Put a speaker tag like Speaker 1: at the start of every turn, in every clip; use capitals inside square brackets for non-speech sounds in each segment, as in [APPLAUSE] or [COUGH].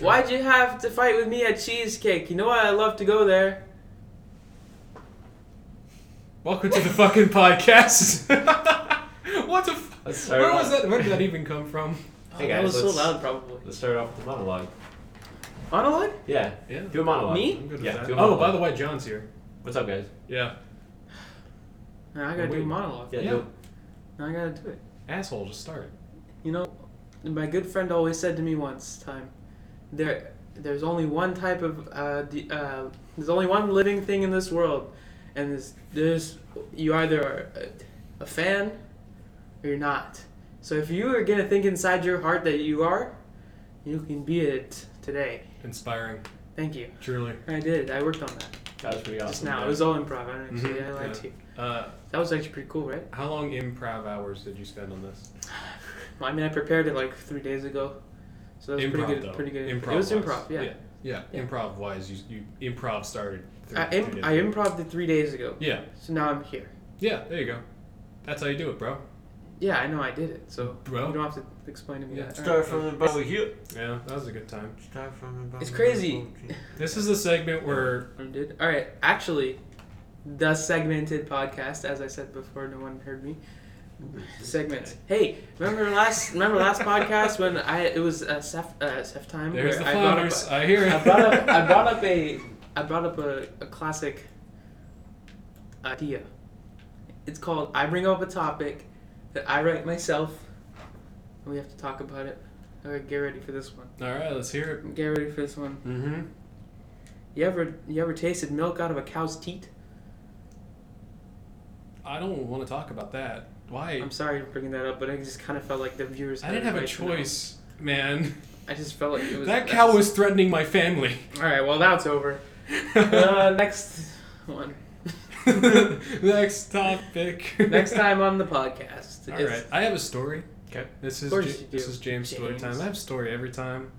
Speaker 1: Why'd you have to fight with me at Cheesecake? You know what? I love to go there.
Speaker 2: Welcome to the fucking podcast. [LAUGHS] what the? F-
Speaker 3: Let's start
Speaker 2: where
Speaker 3: off-
Speaker 2: was that? Where did that even come from?
Speaker 3: Hey,
Speaker 1: that
Speaker 3: guys,
Speaker 1: was so
Speaker 3: let's-
Speaker 1: loud, probably.
Speaker 3: Let's start off with a monologue.
Speaker 1: Monologue?
Speaker 3: Yeah.
Speaker 2: Yeah.
Speaker 3: Do a monologue.
Speaker 1: Me?
Speaker 2: I'm good with
Speaker 3: Yeah,
Speaker 2: that.
Speaker 3: do a
Speaker 2: Oh, by
Speaker 3: monologue.
Speaker 2: the way, John's here.
Speaker 3: What's up, guys?
Speaker 2: Yeah.
Speaker 1: No, I gotta
Speaker 2: Wait.
Speaker 1: do monologue.
Speaker 3: Yeah.
Speaker 2: Yeah.
Speaker 3: Do,
Speaker 1: No, I gotta do it.
Speaker 2: Asshole to start.
Speaker 1: You know, my good friend always said to me once time, there, there's only one type of, uh, the, uh, there's only one living thing in this world, and there's, there's you either are a, a fan, or you're not. So if you are gonna think inside your heart that you are, you can be it today.
Speaker 2: Inspiring.
Speaker 1: Thank you.
Speaker 2: Truly.
Speaker 1: I did. I worked on that.
Speaker 3: that was pretty awesome.
Speaker 1: Just now,
Speaker 3: guys.
Speaker 1: it was all improv. I don't actually,
Speaker 2: Mhm,
Speaker 1: I lied
Speaker 2: yeah.
Speaker 1: to you.
Speaker 2: Uh,
Speaker 1: That was actually pretty cool, right?
Speaker 2: how long improv hours did you spend on this?
Speaker 1: Well, I mean, I prepared it like three days ago, so that was pretty good.
Speaker 2: though.
Speaker 1: Pretty good.
Speaker 2: Improv.
Speaker 1: it was
Speaker 2: wise.
Speaker 1: improv, yeah.
Speaker 2: Yeah. yeah.
Speaker 1: Yeah.
Speaker 2: Improv wise, you, you improv started. Three,
Speaker 1: I,
Speaker 2: three
Speaker 1: Im-
Speaker 2: days
Speaker 1: I
Speaker 2: ago.
Speaker 1: improved it three days ago,
Speaker 2: Yeah.
Speaker 1: so now I'm here.
Speaker 2: Yeah. There you go. That's how you do it, bro.
Speaker 1: Yeah, I know I did it, so
Speaker 2: Bro.
Speaker 1: you don't have to explain to me
Speaker 2: Yeah.
Speaker 1: that. All
Speaker 3: Start from the bottom here.
Speaker 2: Yeah. That was a good time.
Speaker 3: Start from the bottom.
Speaker 1: It's
Speaker 2: [LAUGHS]
Speaker 1: crazy.
Speaker 2: This is the segment where
Speaker 1: right. Um, did all right. Actually, the segmented podcast, as I said before, no one heard me.
Speaker 2: [LAUGHS]
Speaker 1: Segments. Hey, remember last remember last podcast when I it was uh, Seth uh, Seth time
Speaker 2: there's the
Speaker 1: where I brought up
Speaker 2: flowers.
Speaker 1: a-
Speaker 2: I, hear it.
Speaker 1: I brought up I brought up a I brought up a, a classic idea. It's called I bring up a topic that I write myself and we have to talk about it. Alright, get ready for this one.
Speaker 2: [LAUGHS] All right. Let's hear it.
Speaker 1: Get ready for this one.
Speaker 2: Mm-hmm.
Speaker 1: You ever you ever tasted milk out of a cow's teat?
Speaker 2: I don't want to talk about that. Why?
Speaker 1: I'm sorry for bringing that up, but I just kind of felt like the viewers.
Speaker 2: I didn't have a
Speaker 1: right to know.
Speaker 2: choice, man.
Speaker 1: [LAUGHS] I just felt like it was
Speaker 2: That cow was threatening my family.
Speaker 1: All right, well that's
Speaker 2: [LAUGHS]
Speaker 1: over. Uh, next one.
Speaker 2: Next topic.
Speaker 1: Next time on the podcast.
Speaker 2: [LAUGHS] All
Speaker 1: It's-
Speaker 2: right. I have a story.
Speaker 3: 'Kay.
Speaker 2: This
Speaker 1: Of
Speaker 2: is
Speaker 1: course
Speaker 2: Ja-
Speaker 1: you do.
Speaker 2: this is James, story
Speaker 1: James.
Speaker 2: time. I have story every time.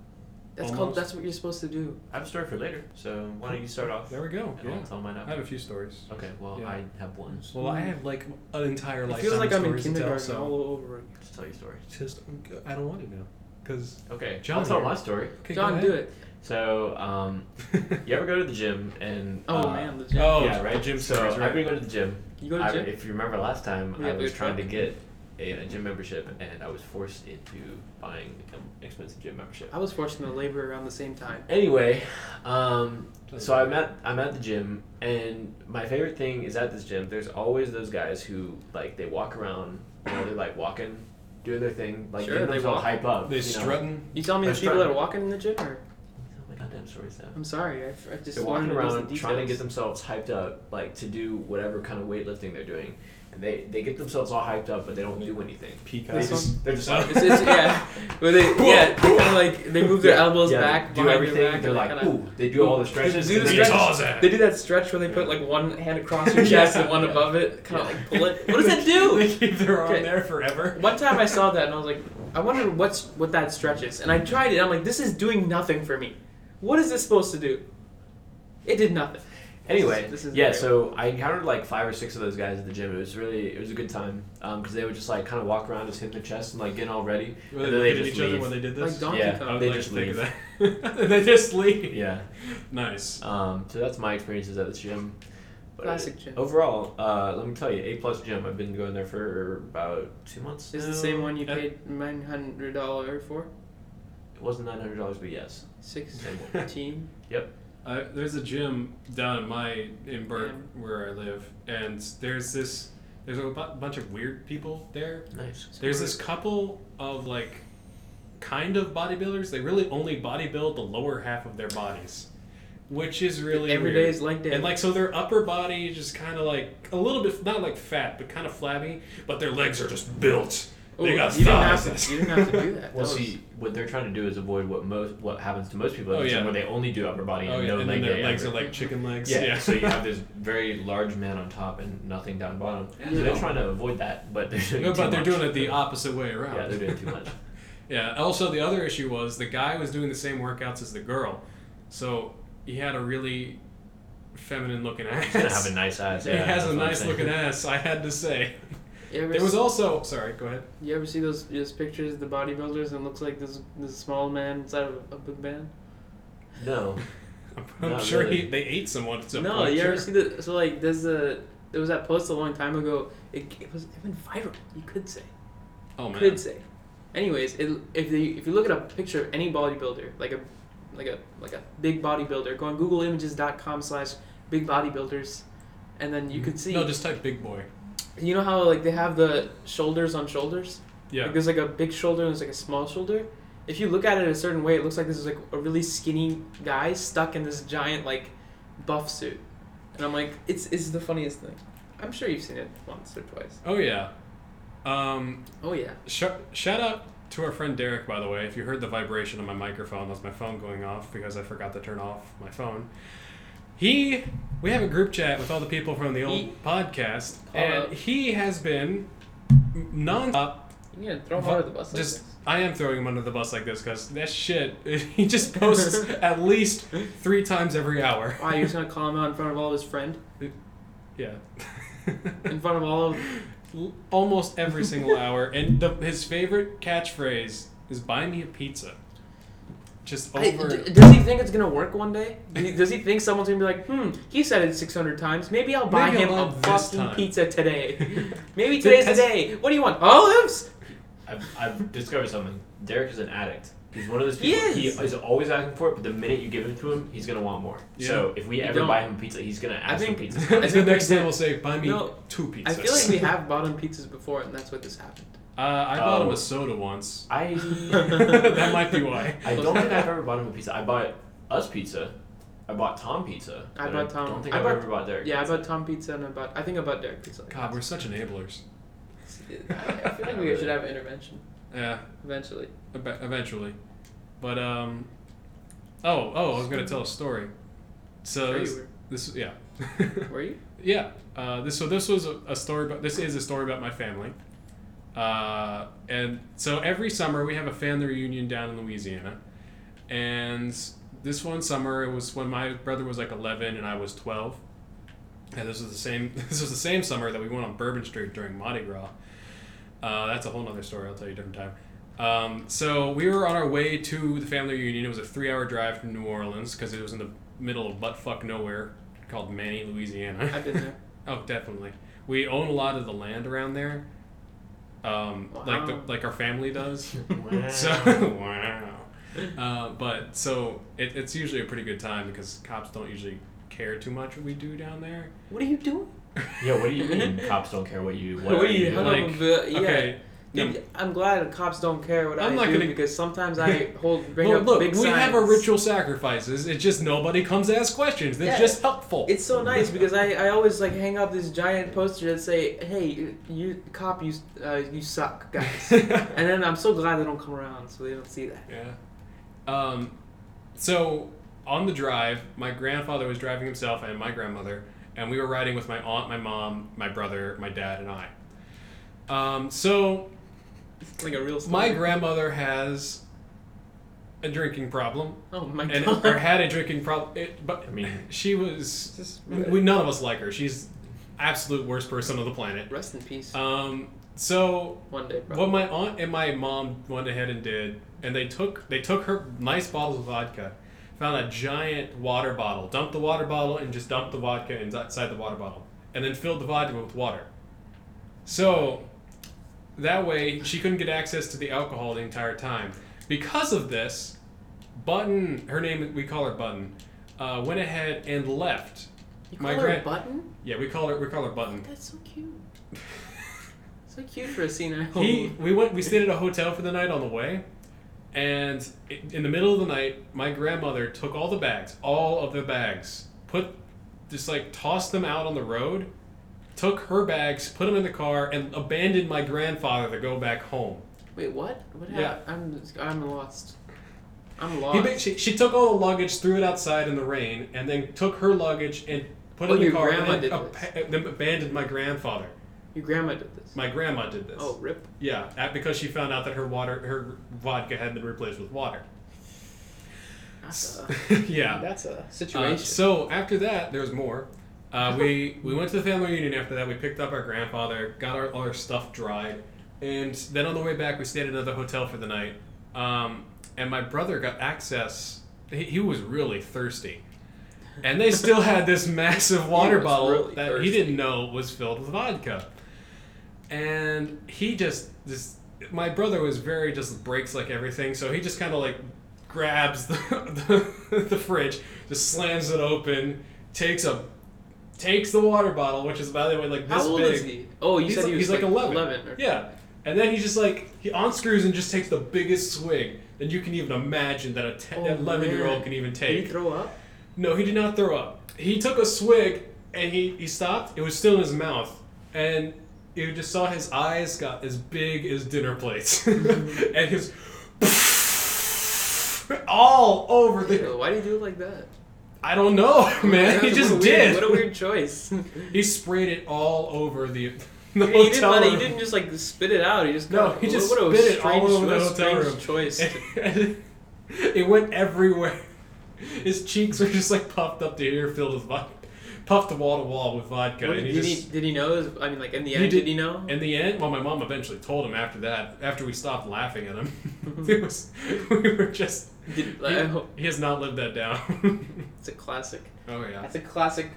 Speaker 1: That's called.
Speaker 2: Almost.
Speaker 1: That's what you're supposed to do.
Speaker 3: I have a story for later, so why don't you start off?
Speaker 2: There we go.
Speaker 3: And
Speaker 2: Yeah.
Speaker 3: I'll tell mine
Speaker 2: I have
Speaker 3: after.
Speaker 2: a few stories.
Speaker 3: Okay, well,
Speaker 2: Yeah.
Speaker 3: I have one.
Speaker 2: Well, I have like an entire
Speaker 1: It
Speaker 2: life.
Speaker 1: feels like I'm in kindergarten
Speaker 2: To tell, so
Speaker 1: all over again.
Speaker 3: Just tell your story.
Speaker 2: just I don't want to know because
Speaker 3: Okay,
Speaker 2: John
Speaker 3: I'll tell
Speaker 2: here.
Speaker 3: my story.
Speaker 1: John, do it.
Speaker 3: So, um,
Speaker 2: [LAUGHS]
Speaker 3: you ever go to the gym and.
Speaker 1: Oh
Speaker 3: uh,
Speaker 1: man, the gym.
Speaker 2: oh,
Speaker 3: yeah, right?
Speaker 2: gym
Speaker 3: so,
Speaker 2: stories, right.
Speaker 3: I've been going to the gym.
Speaker 1: you go to
Speaker 3: I-
Speaker 1: gym.
Speaker 3: if you remember last time,
Speaker 1: Yeah,
Speaker 3: I
Speaker 1: we
Speaker 3: was
Speaker 1: were
Speaker 3: trying to
Speaker 1: trying.
Speaker 3: get a, a gym membership, and I was forced into buying an expensive gym membership.
Speaker 1: I was forced into labor around the same time.
Speaker 3: Anyway, um, so I'm at I'm at the gym, and my favorite thing is at this gym. There's always those guys who like they walk around, you know, they're like walking, doing their thing, like
Speaker 1: Sure,
Speaker 3: getting
Speaker 1: they
Speaker 3: themselves
Speaker 1: walk.
Speaker 3: hype up.
Speaker 2: they
Speaker 3: you know.
Speaker 2: strutting.
Speaker 1: You tell me
Speaker 3: I
Speaker 1: the
Speaker 3: was
Speaker 1: people
Speaker 3: trying-
Speaker 1: that are walking in the gym, or
Speaker 3: Oh my goddamn stories now.
Speaker 1: I'm sorry, I, I just
Speaker 3: They're walking
Speaker 1: wanted to know
Speaker 3: around
Speaker 1: the
Speaker 3: trying to get
Speaker 1: details.
Speaker 3: themselves hyped up, like to do whatever kind of weightlifting they're doing, and they they get themselves all hyped up, but they don't do anything.
Speaker 2: Peacock.
Speaker 3: They just, they're just like,
Speaker 1: It's, it's,
Speaker 3: [LAUGHS]
Speaker 1: yeah, where they yeah kind of like they move their
Speaker 3: Yeah,
Speaker 1: elbows
Speaker 3: yeah,
Speaker 1: back,
Speaker 3: they do
Speaker 1: behind
Speaker 3: everything.
Speaker 1: their back,
Speaker 3: they're
Speaker 1: and
Speaker 3: like,
Speaker 1: they kinda,
Speaker 3: ooh, they do all the stretches.
Speaker 1: do the
Speaker 3: and then
Speaker 1: stretches.
Speaker 3: they-
Speaker 1: They do that stretch where they put like one hand
Speaker 3: [LAUGHS]
Speaker 1: across your
Speaker 2: Yeah.
Speaker 1: chest and one
Speaker 2: Yeah.
Speaker 1: above it, kind of
Speaker 3: Yeah.
Speaker 1: like pull
Speaker 3: [LAUGHS]
Speaker 1: it. What does that do?
Speaker 2: [LAUGHS] They keep their arm
Speaker 1: Okay.
Speaker 2: there forever.
Speaker 1: One time I saw that and I was like, I wonder what's what that stretch is. And I tried it. And I'm like, this is doing nothing for me. What is this supposed to do? It did nothing.
Speaker 3: Anyway,
Speaker 1: This is- this is
Speaker 3: yeah.
Speaker 1: great.
Speaker 3: So I encountered like five or six of those guys at the gym. It was really, it was a good time because they would just like kind of walk around, just hitting their chest and like getting all ready.
Speaker 2: Were
Speaker 3: And
Speaker 2: they
Speaker 3: then they
Speaker 2: looking at
Speaker 3: just
Speaker 2: each other
Speaker 3: leave.
Speaker 2: when they did
Speaker 1: Like
Speaker 2: this?
Speaker 1: Donkey
Speaker 3: Yeah.
Speaker 2: I
Speaker 1: Kong.
Speaker 2: would
Speaker 3: They
Speaker 2: like
Speaker 3: just
Speaker 2: to think
Speaker 3: leave.
Speaker 2: of that. [LAUGHS] they just leave.
Speaker 3: Yeah.
Speaker 2: Nice.
Speaker 3: Um, so that's my experiences at this gym. But
Speaker 1: Classic gym.
Speaker 3: Overall, uh, let me tell you, A plus gym. I've been going there for about two months.
Speaker 1: Is it
Speaker 3: now.
Speaker 1: the same one you
Speaker 2: Yeah.
Speaker 1: paid nine hundred dollar for?
Speaker 3: It wasn't nine hundred dollars, but yes.
Speaker 1: Sixteen.
Speaker 2: [LAUGHS]
Speaker 3: Same one.
Speaker 2: I, there's a gym down in my in Burke
Speaker 1: Yeah.
Speaker 2: where I live, and there's this there's a bu- bunch of weird people there.
Speaker 3: Nice.
Speaker 2: There's this couple of like kind of bodybuilders. They really only bodybuild the lower half of their bodies, which is really
Speaker 1: Every
Speaker 2: weird.
Speaker 1: day is like day.
Speaker 2: And like so, their upper body is just kind of like a little bit not like fat, but kind of flabby. But their legs are just built.
Speaker 1: Ooh,
Speaker 2: they got
Speaker 1: Oh, you didn't have
Speaker 2: thighs.
Speaker 1: to. You didn't have
Speaker 2: [LAUGHS]
Speaker 1: to do that.
Speaker 3: Well,
Speaker 1: That was-
Speaker 3: see, what they're trying to do is avoid what most what happens to most people at
Speaker 2: Oh,
Speaker 3: the gym,
Speaker 2: yeah.
Speaker 3: where they only do upper body and
Speaker 2: oh yeah,
Speaker 3: no
Speaker 2: and
Speaker 3: leg
Speaker 2: then
Speaker 3: day
Speaker 2: their legs
Speaker 3: ever.
Speaker 2: are like chicken legs.
Speaker 3: Yeah, so
Speaker 2: [LAUGHS]
Speaker 3: you have this very large man on top and nothing down bottom. So
Speaker 2: Yeah.
Speaker 3: they're trying to avoid that, but they're doing
Speaker 2: No,
Speaker 3: too
Speaker 2: but they're
Speaker 3: much.
Speaker 2: doing it the opposite way around.
Speaker 3: Yeah, they're doing too
Speaker 2: [LAUGHS]
Speaker 3: much.
Speaker 2: Yeah. Also, the other issue was the guy was doing the same workouts as the girl, so he had a really feminine looking ass.
Speaker 3: He's gonna have a nice
Speaker 2: [LAUGHS]
Speaker 3: ass.
Speaker 2: he
Speaker 3: yeah,
Speaker 2: has
Speaker 3: that's
Speaker 2: a
Speaker 3: what I'm
Speaker 2: nice
Speaker 3: saying.
Speaker 2: looking ass. I had to say.
Speaker 1: You ever
Speaker 2: There was
Speaker 1: s-
Speaker 2: also sorry, go ahead.
Speaker 1: you ever see those those pictures of the bodybuilders and it looks like this this small man inside of a, a big man?
Speaker 3: No.
Speaker 2: I'm
Speaker 3: Not
Speaker 2: sure
Speaker 3: really.
Speaker 2: he, they ate someone at some
Speaker 1: no,
Speaker 2: point.
Speaker 1: you ever
Speaker 2: sure.
Speaker 1: see the so like there's a there was that post a long time ago. It, it was it went viral. You could say
Speaker 2: oh man,
Speaker 1: could say. Anyways, it, if you if you look at a picture of any bodybuilder, like a like a like a big bodybuilder, go on googleimages.com slash big bodybuilders, and then you could see.
Speaker 2: Mm. No, just type big boy.
Speaker 1: you know how like they have the shoulders on shoulders.
Speaker 2: Yeah,
Speaker 1: Like, there's like a big shoulder and there's like a small shoulder. If you look at it a certain way, it looks like this is like a really skinny guy stuck in this giant like buff suit. And I'm like, it's it's the funniest thing. I'm sure you've seen it once or twice.
Speaker 2: Oh yeah. Um,
Speaker 1: Oh yeah.
Speaker 2: sh- shout out to our friend Derek, by the way. If you heard the vibration of my microphone, that's my phone going off because I forgot to turn off my phone. He, we have a group chat with all the people from the old
Speaker 1: He-
Speaker 2: podcast,
Speaker 1: Paul
Speaker 2: and
Speaker 1: up.
Speaker 2: he has been non-stop
Speaker 1: You need to throw him
Speaker 2: Fuck,
Speaker 1: under the bus. like
Speaker 2: just
Speaker 1: this.
Speaker 2: I am throwing him under the bus like this because that shit. [LAUGHS] He just posts
Speaker 1: [LAUGHS]
Speaker 2: at least three times every hour.
Speaker 1: Wow, you're just gonna call him out in front of all his friend,
Speaker 2: Yeah. [LAUGHS]
Speaker 1: in front of all of
Speaker 2: L- Almost every single hour, and the, his favorite catchphrase is "Buy me a pizza." Just
Speaker 1: Hey,
Speaker 2: over.
Speaker 1: d-
Speaker 2: [LAUGHS]
Speaker 1: does he think it's gonna work one day? Do- Does he think someone's gonna be like, hmm, he said it 600 times. Maybe I'll buy
Speaker 2: Maybe
Speaker 1: him
Speaker 2: I'll
Speaker 1: a
Speaker 2: buy him this
Speaker 1: fucking
Speaker 2: time."
Speaker 1: pizza
Speaker 2: [LAUGHS]
Speaker 1: today. Maybe today's the day. What do you want? Olives?
Speaker 3: I've, I've discovered something. Derek is an addict. He's one of those people.
Speaker 1: He
Speaker 3: He
Speaker 1: is.
Speaker 3: is always asking for it, but the minute you give it to him, he's gonna want more.
Speaker 2: Yeah.
Speaker 3: So if we
Speaker 1: You
Speaker 3: ever
Speaker 1: don't-
Speaker 3: buy him pizza, he's gonna ask
Speaker 1: think-
Speaker 3: for pizza.
Speaker 1: I [LAUGHS]
Speaker 2: the
Speaker 1: think
Speaker 2: next
Speaker 1: we
Speaker 2: day we'll say, "Buy me
Speaker 1: No,
Speaker 2: two pizzas."
Speaker 1: I feel like
Speaker 2: [LAUGHS]
Speaker 1: we have bottom pizzas before, and that's what this happened.
Speaker 2: Uh, I bought him
Speaker 3: Oh.
Speaker 2: a soda
Speaker 3: [LAUGHS]
Speaker 2: once.
Speaker 1: [LAUGHS]
Speaker 3: I
Speaker 2: that might be why.
Speaker 3: I don't think I've ever bought him a pizza. I bought us pizza. I bought Tom pizza.
Speaker 1: I
Speaker 3: but
Speaker 1: bought Tom-
Speaker 3: I don't think
Speaker 1: I
Speaker 3: have
Speaker 1: bought-
Speaker 3: ever bought Derek.
Speaker 1: Yeah, I bought Tom pizza and I bought, I think I bought Derek pizza.
Speaker 2: [LAUGHS] God, we're such enablers.
Speaker 1: [LAUGHS] I feel like we should have an intervention
Speaker 2: Yeah.
Speaker 1: eventually.
Speaker 2: Eb- eventually. But um, oh oh, I was gonna tell a story. So
Speaker 1: Sure you
Speaker 2: this, this yeah,
Speaker 1: were.
Speaker 2: [LAUGHS]
Speaker 1: Were you?
Speaker 2: yeah. Uh, this so this was a, a story about this is a story about my family. Uh, and so every summer we have a family reunion down in Louisiana, and this one summer it was when my brother was like 11 and I was 12. And this was the same. [LAUGHS] This was the same summer that we went on Bourbon Street during Mardi Gras. Uh, that's a whole nother story. I'll tell you a different time. Um, so we were on our way to the family reunion. It was a three-hour drive from New Orleans because it was in the middle of buttfuck nowhere called Manny, Louisiana.
Speaker 1: I've been there.
Speaker 2: oh, definitely. We own a lot of the land around there, um, like the,
Speaker 1: Wow.
Speaker 2: like our
Speaker 1: [LAUGHS]
Speaker 2: family does. [LAUGHS]
Speaker 3: Wow.
Speaker 2: So wow. Uh, but so it, it's usually a pretty good time because cops don't usually care too much [LAUGHS] what we do down there.
Speaker 1: What are you doing?
Speaker 3: [LAUGHS] yeah.
Speaker 2: [LAUGHS]
Speaker 3: What do you
Speaker 1: [LAUGHS]
Speaker 3: mean? Cops don't care what you. What,
Speaker 1: What are
Speaker 3: you?
Speaker 1: you-
Speaker 3: do?
Speaker 1: Hello,
Speaker 2: Like
Speaker 1: but- yeah.
Speaker 2: okay,
Speaker 1: Dude, I'm glad the cops don't care what i
Speaker 2: I'm not
Speaker 1: do
Speaker 2: gonna-
Speaker 1: because
Speaker 2: [LAUGHS]
Speaker 1: sometimes I hold bring
Speaker 2: Well,
Speaker 1: up
Speaker 2: look,
Speaker 1: big
Speaker 2: we have our
Speaker 1: signs.
Speaker 2: ritual sacrifices. It's just nobody comes to ask questions. It's
Speaker 1: Yeah.
Speaker 2: just helpful. [LAUGHS]
Speaker 1: It's so nice because I, I always like hang up this giant poster that say, "Hey, you, you cop, you uh, you suck, [LAUGHS] guys."
Speaker 2: yeah.
Speaker 1: and then I'm so glad they don't come around, so they don't see that.
Speaker 2: Um, so on the drive, my grandfather was driving himself and my grandmother, and we were riding with my aunt, my mom, my brother, my dad, and I. Um, so
Speaker 1: It's like a real. Story.
Speaker 2: my grandmother has a drinking problem,
Speaker 1: Oh my
Speaker 2: and
Speaker 1: god. [LAUGHS]
Speaker 2: or had a drinking problem. But
Speaker 3: I mean-
Speaker 2: she was.
Speaker 1: Just-
Speaker 2: We, none of us like her. She's absolute worst person on the planet.
Speaker 1: Rest in peace.
Speaker 2: Um, so
Speaker 1: One day, bro.
Speaker 2: what my aunt and my mom went ahead and did, and they took they took her nice bottles of vodka, found a giant water bottle, dumped the water bottle, and just dumped the vodka inside the water bottle, and then filled the vodka with water. So that way she couldn't get access to the alcohol the entire time. Because of this, Button, her name we call her Button, uh, went ahead and left.
Speaker 1: you call
Speaker 2: my
Speaker 1: her a
Speaker 2: grand-
Speaker 1: button?
Speaker 2: Yeah, we call her we call her Button.
Speaker 1: That's so
Speaker 2: [LAUGHS]
Speaker 1: cute. so cute for a senior.
Speaker 2: He, we went, we stayed at a hotel for the night on the way, and i- in the middle of the night, my grandmother took all the bags, all of the bags, put, just like tossed them out on the road, took her bags, put them in the car, and abandoned my grandfather to go back home.
Speaker 1: Wait, what? What happened?
Speaker 2: Yeah.
Speaker 1: I'm I'm lost. I'm
Speaker 2: He,
Speaker 1: lost.
Speaker 2: ba- she, she took all the luggage, threw it outside in the rain, and then took her luggage and put
Speaker 1: Oh,
Speaker 2: it in the
Speaker 1: your
Speaker 2: car,
Speaker 1: grandma
Speaker 2: and then,
Speaker 1: did
Speaker 2: ab- then abandoned my grandfather.
Speaker 1: Your grandma did this.
Speaker 2: My grandma did this.
Speaker 1: Oh, rip.
Speaker 2: Yeah, at- because she found out that her water, her vodka had been replaced with water. [LAUGHS]
Speaker 1: That's a,
Speaker 2: yeah.
Speaker 1: that's a
Speaker 2: [LAUGHS] Uh,
Speaker 1: situation.
Speaker 2: so after that, there's more.
Speaker 3: [LAUGHS]
Speaker 2: Uh, we we went to the family reunion after that. We picked up our grandfather, got our, all our stuff dried, and then on the way back we stayed at another hotel for the night. Um, and my brother got access. He, he was really thirsty, and they still had this
Speaker 3: [LAUGHS]
Speaker 2: massive water
Speaker 3: was
Speaker 2: bottle
Speaker 3: really
Speaker 2: that he
Speaker 3: thirsty.
Speaker 2: didn't know was filled with vodka. And he just this. My brother was very just breaks like everything, so he just kind of like grabs the, [LAUGHS] the the fridge, just slams it open, takes a takes the water bottle, which is by the way like this
Speaker 1: How old
Speaker 2: big.
Speaker 1: is he? Oh, you
Speaker 2: he's
Speaker 1: said
Speaker 2: like,
Speaker 1: he was
Speaker 2: he's like, 11.
Speaker 1: or-
Speaker 2: Yeah. And then he just like he unscrews and just takes the biggest swig that you can even imagine that a
Speaker 1: Oh,
Speaker 2: 11 year
Speaker 1: man.
Speaker 2: old can even
Speaker 1: Did he
Speaker 2: take.
Speaker 1: throw up?
Speaker 2: No, he did not throw up. He took a swig and he, he stopped. It was still in his mouth. And you just saw his eyes got as big as
Speaker 1: [LAUGHS]
Speaker 2: dinner plates. and his all over the
Speaker 1: Why do you do it like that?
Speaker 2: I don't know, [LAUGHS] man. [LAUGHS] He
Speaker 1: What a
Speaker 2: just
Speaker 1: weird-
Speaker 2: did.
Speaker 1: What a weird
Speaker 2: [LAUGHS]
Speaker 1: choice. [LAUGHS] he,
Speaker 2: He sprayed it all over the, [LAUGHS] the hotel
Speaker 1: didn't let it, he
Speaker 2: room.
Speaker 1: didn't just like spit it out. He just
Speaker 2: No,
Speaker 1: kinda-
Speaker 2: he just
Speaker 1: what a
Speaker 2: spit
Speaker 1: strange,
Speaker 2: it all over the
Speaker 1: what a
Speaker 2: hotel
Speaker 1: strange
Speaker 2: room.
Speaker 1: choice.
Speaker 2: [LAUGHS] it went everywhere. His cheeks were just like puffed up to here, filled with vodka, puffed wall to wall with vodka.
Speaker 1: What-
Speaker 2: and he
Speaker 1: did,
Speaker 2: just,
Speaker 1: he, did he know? Is- I mean, like in the
Speaker 2: He
Speaker 1: end, did,
Speaker 2: did-
Speaker 1: he know?
Speaker 2: in the end, well, my mom eventually told him after that. After we stopped laughing at him, [LAUGHS] it was we were just.
Speaker 1: Did, like, I
Speaker 2: he-
Speaker 1: hope-
Speaker 2: he, has not lived that down. [LAUGHS]
Speaker 1: it's a classic.
Speaker 2: oh yeah.
Speaker 1: That's a classic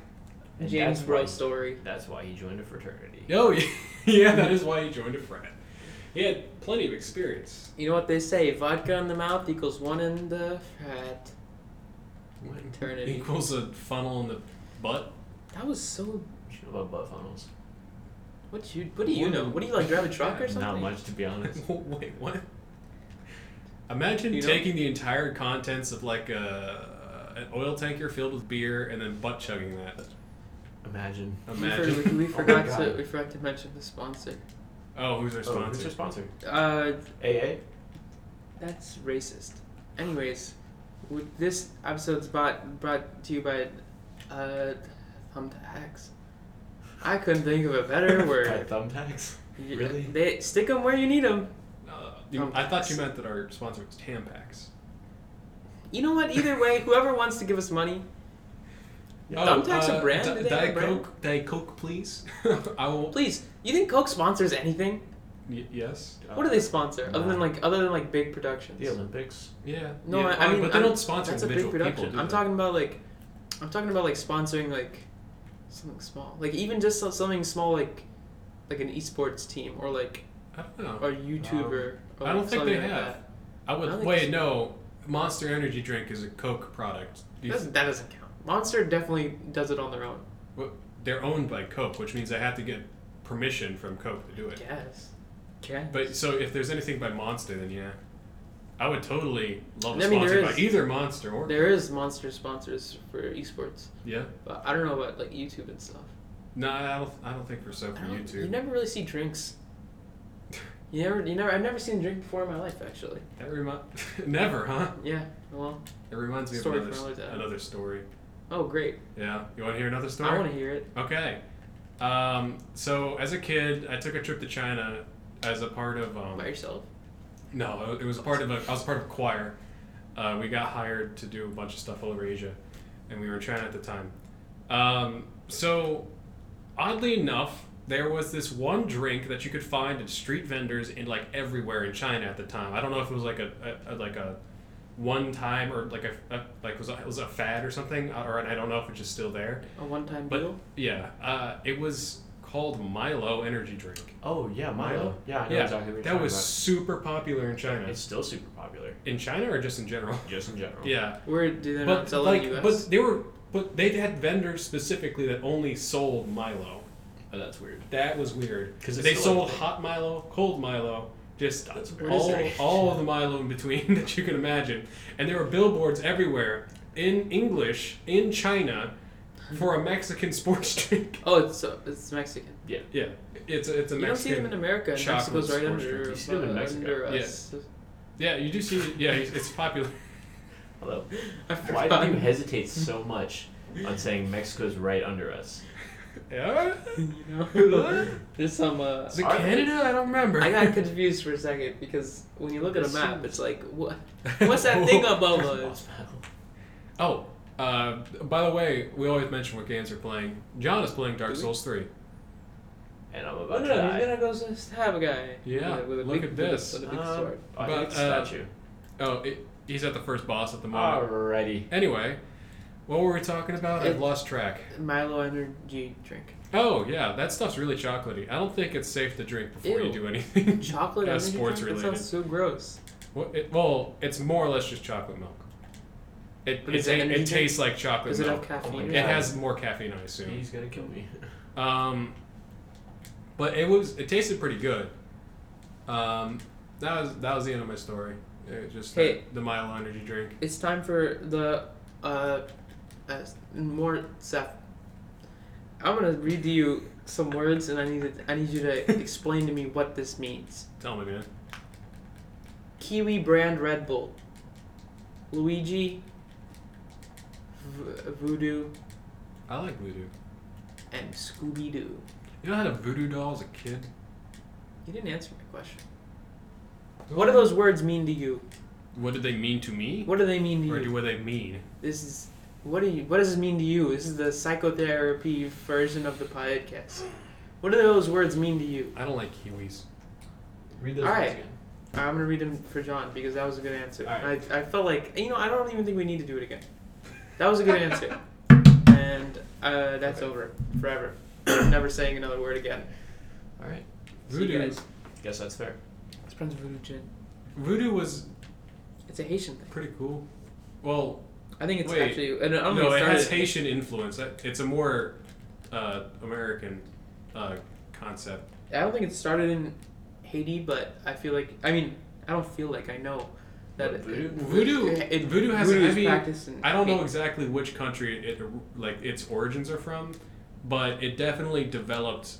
Speaker 3: And
Speaker 1: James
Speaker 3: that's
Speaker 1: Bro
Speaker 3: why-
Speaker 1: story.
Speaker 3: That's why he joined a fraternity.
Speaker 2: Oh yeah. [LAUGHS] yeah, that is why he joined a frat. He had plenty of experience.
Speaker 1: You know what they say? Vodka in the mouth equals one in the frat.
Speaker 2: What
Speaker 1: Eternity.
Speaker 2: equals a funnel in the butt? [LAUGHS]
Speaker 1: That was so.
Speaker 3: You know about butt funnels?
Speaker 1: What you? What do you know? What do you like? Drive a truck or something?
Speaker 3: Not much, to
Speaker 1: [LAUGHS]
Speaker 3: be honest.
Speaker 2: Wait, what? Imagine
Speaker 1: You know-
Speaker 2: taking the entire contents of like a, an oil tanker filled with beer and then butt chugging that.
Speaker 3: Imagine.
Speaker 1: We, for-
Speaker 2: Imagine.
Speaker 1: we, we
Speaker 3: [LAUGHS] Oh my
Speaker 1: forgot to
Speaker 3: God.
Speaker 1: we forgot to mention the sponsor.
Speaker 2: Oh, who's our
Speaker 3: Oh, who's
Speaker 2: sponsor?
Speaker 3: your sponsor?
Speaker 1: Uh,
Speaker 3: AA.
Speaker 1: that's racist. Anyways, with this episode's brought brought to you by uh, thumbtacks. I couldn't think of a better
Speaker 3: [LAUGHS] Got
Speaker 1: word.
Speaker 3: thumbtacks.
Speaker 1: You-
Speaker 3: Really?
Speaker 1: They stick 'em where you need 'em.
Speaker 2: Uh, you, I thought you meant that our sponsor was Tampax.
Speaker 1: You know what? Either way, whoever wants to give us money,
Speaker 3: Yeah.
Speaker 1: Thumbtack's Oh, a brand?
Speaker 2: Uh, Di-
Speaker 1: Do they have a
Speaker 2: Diet
Speaker 1: brand?
Speaker 2: Coke, Diet Coke, please. [LAUGHS] I will.
Speaker 1: please. You think Coke sponsors anything?
Speaker 2: Y- yes.
Speaker 1: What do they sponsor other than
Speaker 3: Nah.
Speaker 1: like other than like big productions?
Speaker 3: The Olympics.
Speaker 2: Yeah.
Speaker 1: No,
Speaker 2: yeah. Oh,
Speaker 1: I, I mean,
Speaker 2: but they
Speaker 1: I'm-
Speaker 2: don't sponsor
Speaker 1: that's
Speaker 2: individual
Speaker 1: a big production.
Speaker 2: people. do
Speaker 1: I'm
Speaker 2: they?
Speaker 1: talking about like, I'm talking about like sponsoring like something small, like even just so- something small like like an esports team or like
Speaker 2: I don't know.
Speaker 1: a YouTuber. or
Speaker 2: Oh, I don't think
Speaker 1: Oh, something
Speaker 2: they
Speaker 1: like
Speaker 2: have.
Speaker 1: That. I
Speaker 2: I
Speaker 1: don't
Speaker 2: would.
Speaker 1: think
Speaker 2: Wait,
Speaker 1: so.
Speaker 2: no. Monster Energy Drink is a Coke product. Do
Speaker 1: That
Speaker 2: you-
Speaker 1: doesn't, that doesn't count. Monster definitely does it on their own.
Speaker 2: Well, they're owned by Coke, which means I have to get permission from Coke to do it.
Speaker 1: Yes. Okay.
Speaker 2: But so if there's anything by Monster, then yeah, I would totally love a
Speaker 1: I mean, there
Speaker 2: sponsor by
Speaker 1: is-
Speaker 2: either Monster or
Speaker 1: There is monster sponsors for esports,
Speaker 2: yeah.
Speaker 1: but I don't know about like YouTube and stuff.
Speaker 2: No, I don't. I don't think for so
Speaker 1: I
Speaker 2: for
Speaker 1: don't-
Speaker 2: YouTube.
Speaker 1: You never really see
Speaker 2: [LAUGHS]
Speaker 1: drinks. You never, you never. I've never seen a drink before in my life, actually.
Speaker 2: That remi- [LAUGHS] never, huh?
Speaker 1: Yeah. Well.
Speaker 2: It reminds me
Speaker 1: Story
Speaker 2: of
Speaker 1: for
Speaker 2: another,
Speaker 1: another time.
Speaker 2: another story.
Speaker 1: Oh, great.
Speaker 2: Yeah, you want to hear another story?
Speaker 1: I want to hear it.
Speaker 2: Okay. Um, so as a kid, I took a trip to China as a part of um,
Speaker 1: By yourself.
Speaker 2: No, it was part of a. I was part of a choir. Uh, we got hired to do a bunch of stuff all over Asia, and we were in China at the time. Um, so, oddly enough, there was this one drink that you could find at street vendors in like everywhere in China at the time. I don't know if it was like a, a, a like a one time or like a, a like was a, was a fad or something, uh, or and I don't know if it's just still there.
Speaker 1: A one-time
Speaker 2: But-
Speaker 1: deal.
Speaker 2: Yeah, uh, it was called Milo energy drink.
Speaker 3: Oh yeah, Milo.
Speaker 2: Milo?
Speaker 3: Yeah, I know
Speaker 2: yeah,
Speaker 3: exactly what you're
Speaker 2: that
Speaker 3: talking
Speaker 2: was super popular in
Speaker 3: about.
Speaker 2: China.
Speaker 3: It's still super popular,
Speaker 2: In China or just in
Speaker 1: [LAUGHS]
Speaker 2: general?
Speaker 3: just in general.
Speaker 2: Yeah,
Speaker 1: Where do they not
Speaker 2: but
Speaker 1: sell
Speaker 2: like,
Speaker 1: in the U.S.?
Speaker 2: but they were, but they had vendors specifically that only sold Milo.
Speaker 3: Oh, that's weird.
Speaker 2: That was weird
Speaker 3: 'Cause it's
Speaker 2: they
Speaker 3: still
Speaker 2: sold
Speaker 3: like-
Speaker 2: hot Milo, cold Milo, just
Speaker 3: That's weird.
Speaker 2: all
Speaker 1: What is
Speaker 2: all the Milo in between [LAUGHS] that you can imagine, and there were billboards everywhere in English in China for a Mexican [LAUGHS] sports drink.
Speaker 1: oh, it's uh, it's Mexican.
Speaker 2: Yeah, it's a, it's a
Speaker 1: You
Speaker 2: Mexican.
Speaker 1: don't see them in America. and
Speaker 2: chocolate
Speaker 1: Mexico's right
Speaker 2: sports
Speaker 1: under,
Speaker 2: drink.
Speaker 1: uh,
Speaker 3: You see them in Mexico.
Speaker 1: under
Speaker 2: Yeah.
Speaker 1: us.
Speaker 2: yeah, you do see. Yeah, it's it's
Speaker 1: [LAUGHS]
Speaker 2: popular.
Speaker 3: Hello.
Speaker 1: I
Speaker 3: [LAUGHS] Why
Speaker 1: forgot.
Speaker 3: do you hesitate so much on saying Mexico's right under us?
Speaker 2: Yeah.
Speaker 1: [LAUGHS] You know, [LAUGHS]
Speaker 2: Is
Speaker 1: there's some. Uh,
Speaker 2: it
Speaker 3: Are-
Speaker 2: Canada? I don't remember.
Speaker 1: I got confused for a second because when you look at a
Speaker 2: [LAUGHS]
Speaker 3: There's
Speaker 1: map,
Speaker 3: some-
Speaker 1: Uh, it's like what what's that thing above us?
Speaker 3: Lost Milo.
Speaker 2: Oh, Uh, by the way, we always mention what games are playing. John is playing Dark
Speaker 1: Do we?
Speaker 2: Souls 3.
Speaker 3: and I'm
Speaker 1: Look
Speaker 3: about
Speaker 1: at
Speaker 3: to
Speaker 1: him. He's
Speaker 3: die.
Speaker 1: gonna go s- stab a guy.
Speaker 2: Yeah,
Speaker 1: With a, with a
Speaker 2: look
Speaker 1: big,
Speaker 2: at
Speaker 1: with a-
Speaker 2: this.
Speaker 1: With a, big
Speaker 3: Um,
Speaker 1: sword.
Speaker 3: I
Speaker 2: But,
Speaker 3: need the
Speaker 2: uh,
Speaker 3: statue.
Speaker 2: Oh, it, he's at the first boss at the
Speaker 1: Ah.
Speaker 2: moment.
Speaker 3: Alrighty.
Speaker 2: Anyway, what were we talking about? I've
Speaker 1: It-
Speaker 2: lost track.
Speaker 1: Milo energy drink.
Speaker 2: Oh, yeah, that stuff's really chocolatey. I don't think it's safe to drink before you
Speaker 1: Ew.
Speaker 2: do
Speaker 1: [LAUGHS]
Speaker 2: anything.
Speaker 1: Chocolate
Speaker 2: That's
Speaker 1: energy
Speaker 2: sports
Speaker 1: drink. That
Speaker 2: related.
Speaker 1: sounds so gross.
Speaker 2: well, it, well, it's more or less just chocolate milk. It,
Speaker 1: But
Speaker 2: it,
Speaker 1: is it
Speaker 2: ta-
Speaker 1: energy
Speaker 2: it
Speaker 1: drink?
Speaker 2: tastes like chocolate
Speaker 1: Does it have
Speaker 2: milk.
Speaker 1: caffeine?
Speaker 3: my
Speaker 1: in
Speaker 2: It
Speaker 3: God.
Speaker 1: it?
Speaker 2: has more caffeine, I assume.
Speaker 3: He's gonna kill me.
Speaker 2: Um, but it was it tasted pretty good. Um, that was that was the end of my story. It was just
Speaker 1: Hey.
Speaker 2: the, the Milo energy drink.
Speaker 1: It's time for the uh, uh more Seth. I'm gonna read to you some words, and I need to, I need you to explain to me what this means.
Speaker 2: Tell me, man.
Speaker 1: Kiwi brand Red Bull. Luigi. V- voodoo
Speaker 2: I like voodoo.
Speaker 1: and Scooby Doo.
Speaker 2: You know I had a voodoo doll as a kid.
Speaker 1: You didn't answer my question. What do those words mean to you?
Speaker 2: What did they mean to me?
Speaker 1: What do they mean to
Speaker 2: or
Speaker 1: you?
Speaker 2: do what they mean?
Speaker 1: This is what do you what does this mean to you? This is the psychotherapy version of the podcast. What do those words mean to you?
Speaker 2: I don't like kiwis.
Speaker 3: [LAUGHS] Read those
Speaker 1: All right.
Speaker 3: words again.
Speaker 1: I'm gonna read them for John because that was a good answer.
Speaker 3: All right.
Speaker 1: I, I felt like you know I don't even think we need to do it again. That was a good answer, and uh, that's
Speaker 3: Okay.
Speaker 1: over forever. [COUGHS] I'm never saying another word again.
Speaker 3: All right.
Speaker 1: See you
Speaker 2: Voodoo.
Speaker 1: guys.
Speaker 3: Guess that's fair.
Speaker 1: It's Prince Voodoo Gin.
Speaker 2: Voodoo was
Speaker 1: It's a Haitian thing.
Speaker 2: pretty cool. Well,
Speaker 1: I think it's
Speaker 2: Wait.
Speaker 1: actually. I don't know.
Speaker 2: no,
Speaker 1: if
Speaker 2: it
Speaker 1: started-
Speaker 2: has Haitian influence. That- It's a more uh, American uh, concept.
Speaker 1: I don't think it started in Haiti, but I feel like I mean I don't feel like I know that
Speaker 3: What,
Speaker 1: it-
Speaker 3: voodoo?
Speaker 2: Voodoo- voodoo has a
Speaker 1: voodoo is
Speaker 2: heavy-
Speaker 1: practiced in
Speaker 2: I don't know
Speaker 1: Haiti.
Speaker 2: exactly which country it like its origins are from, but it definitely developed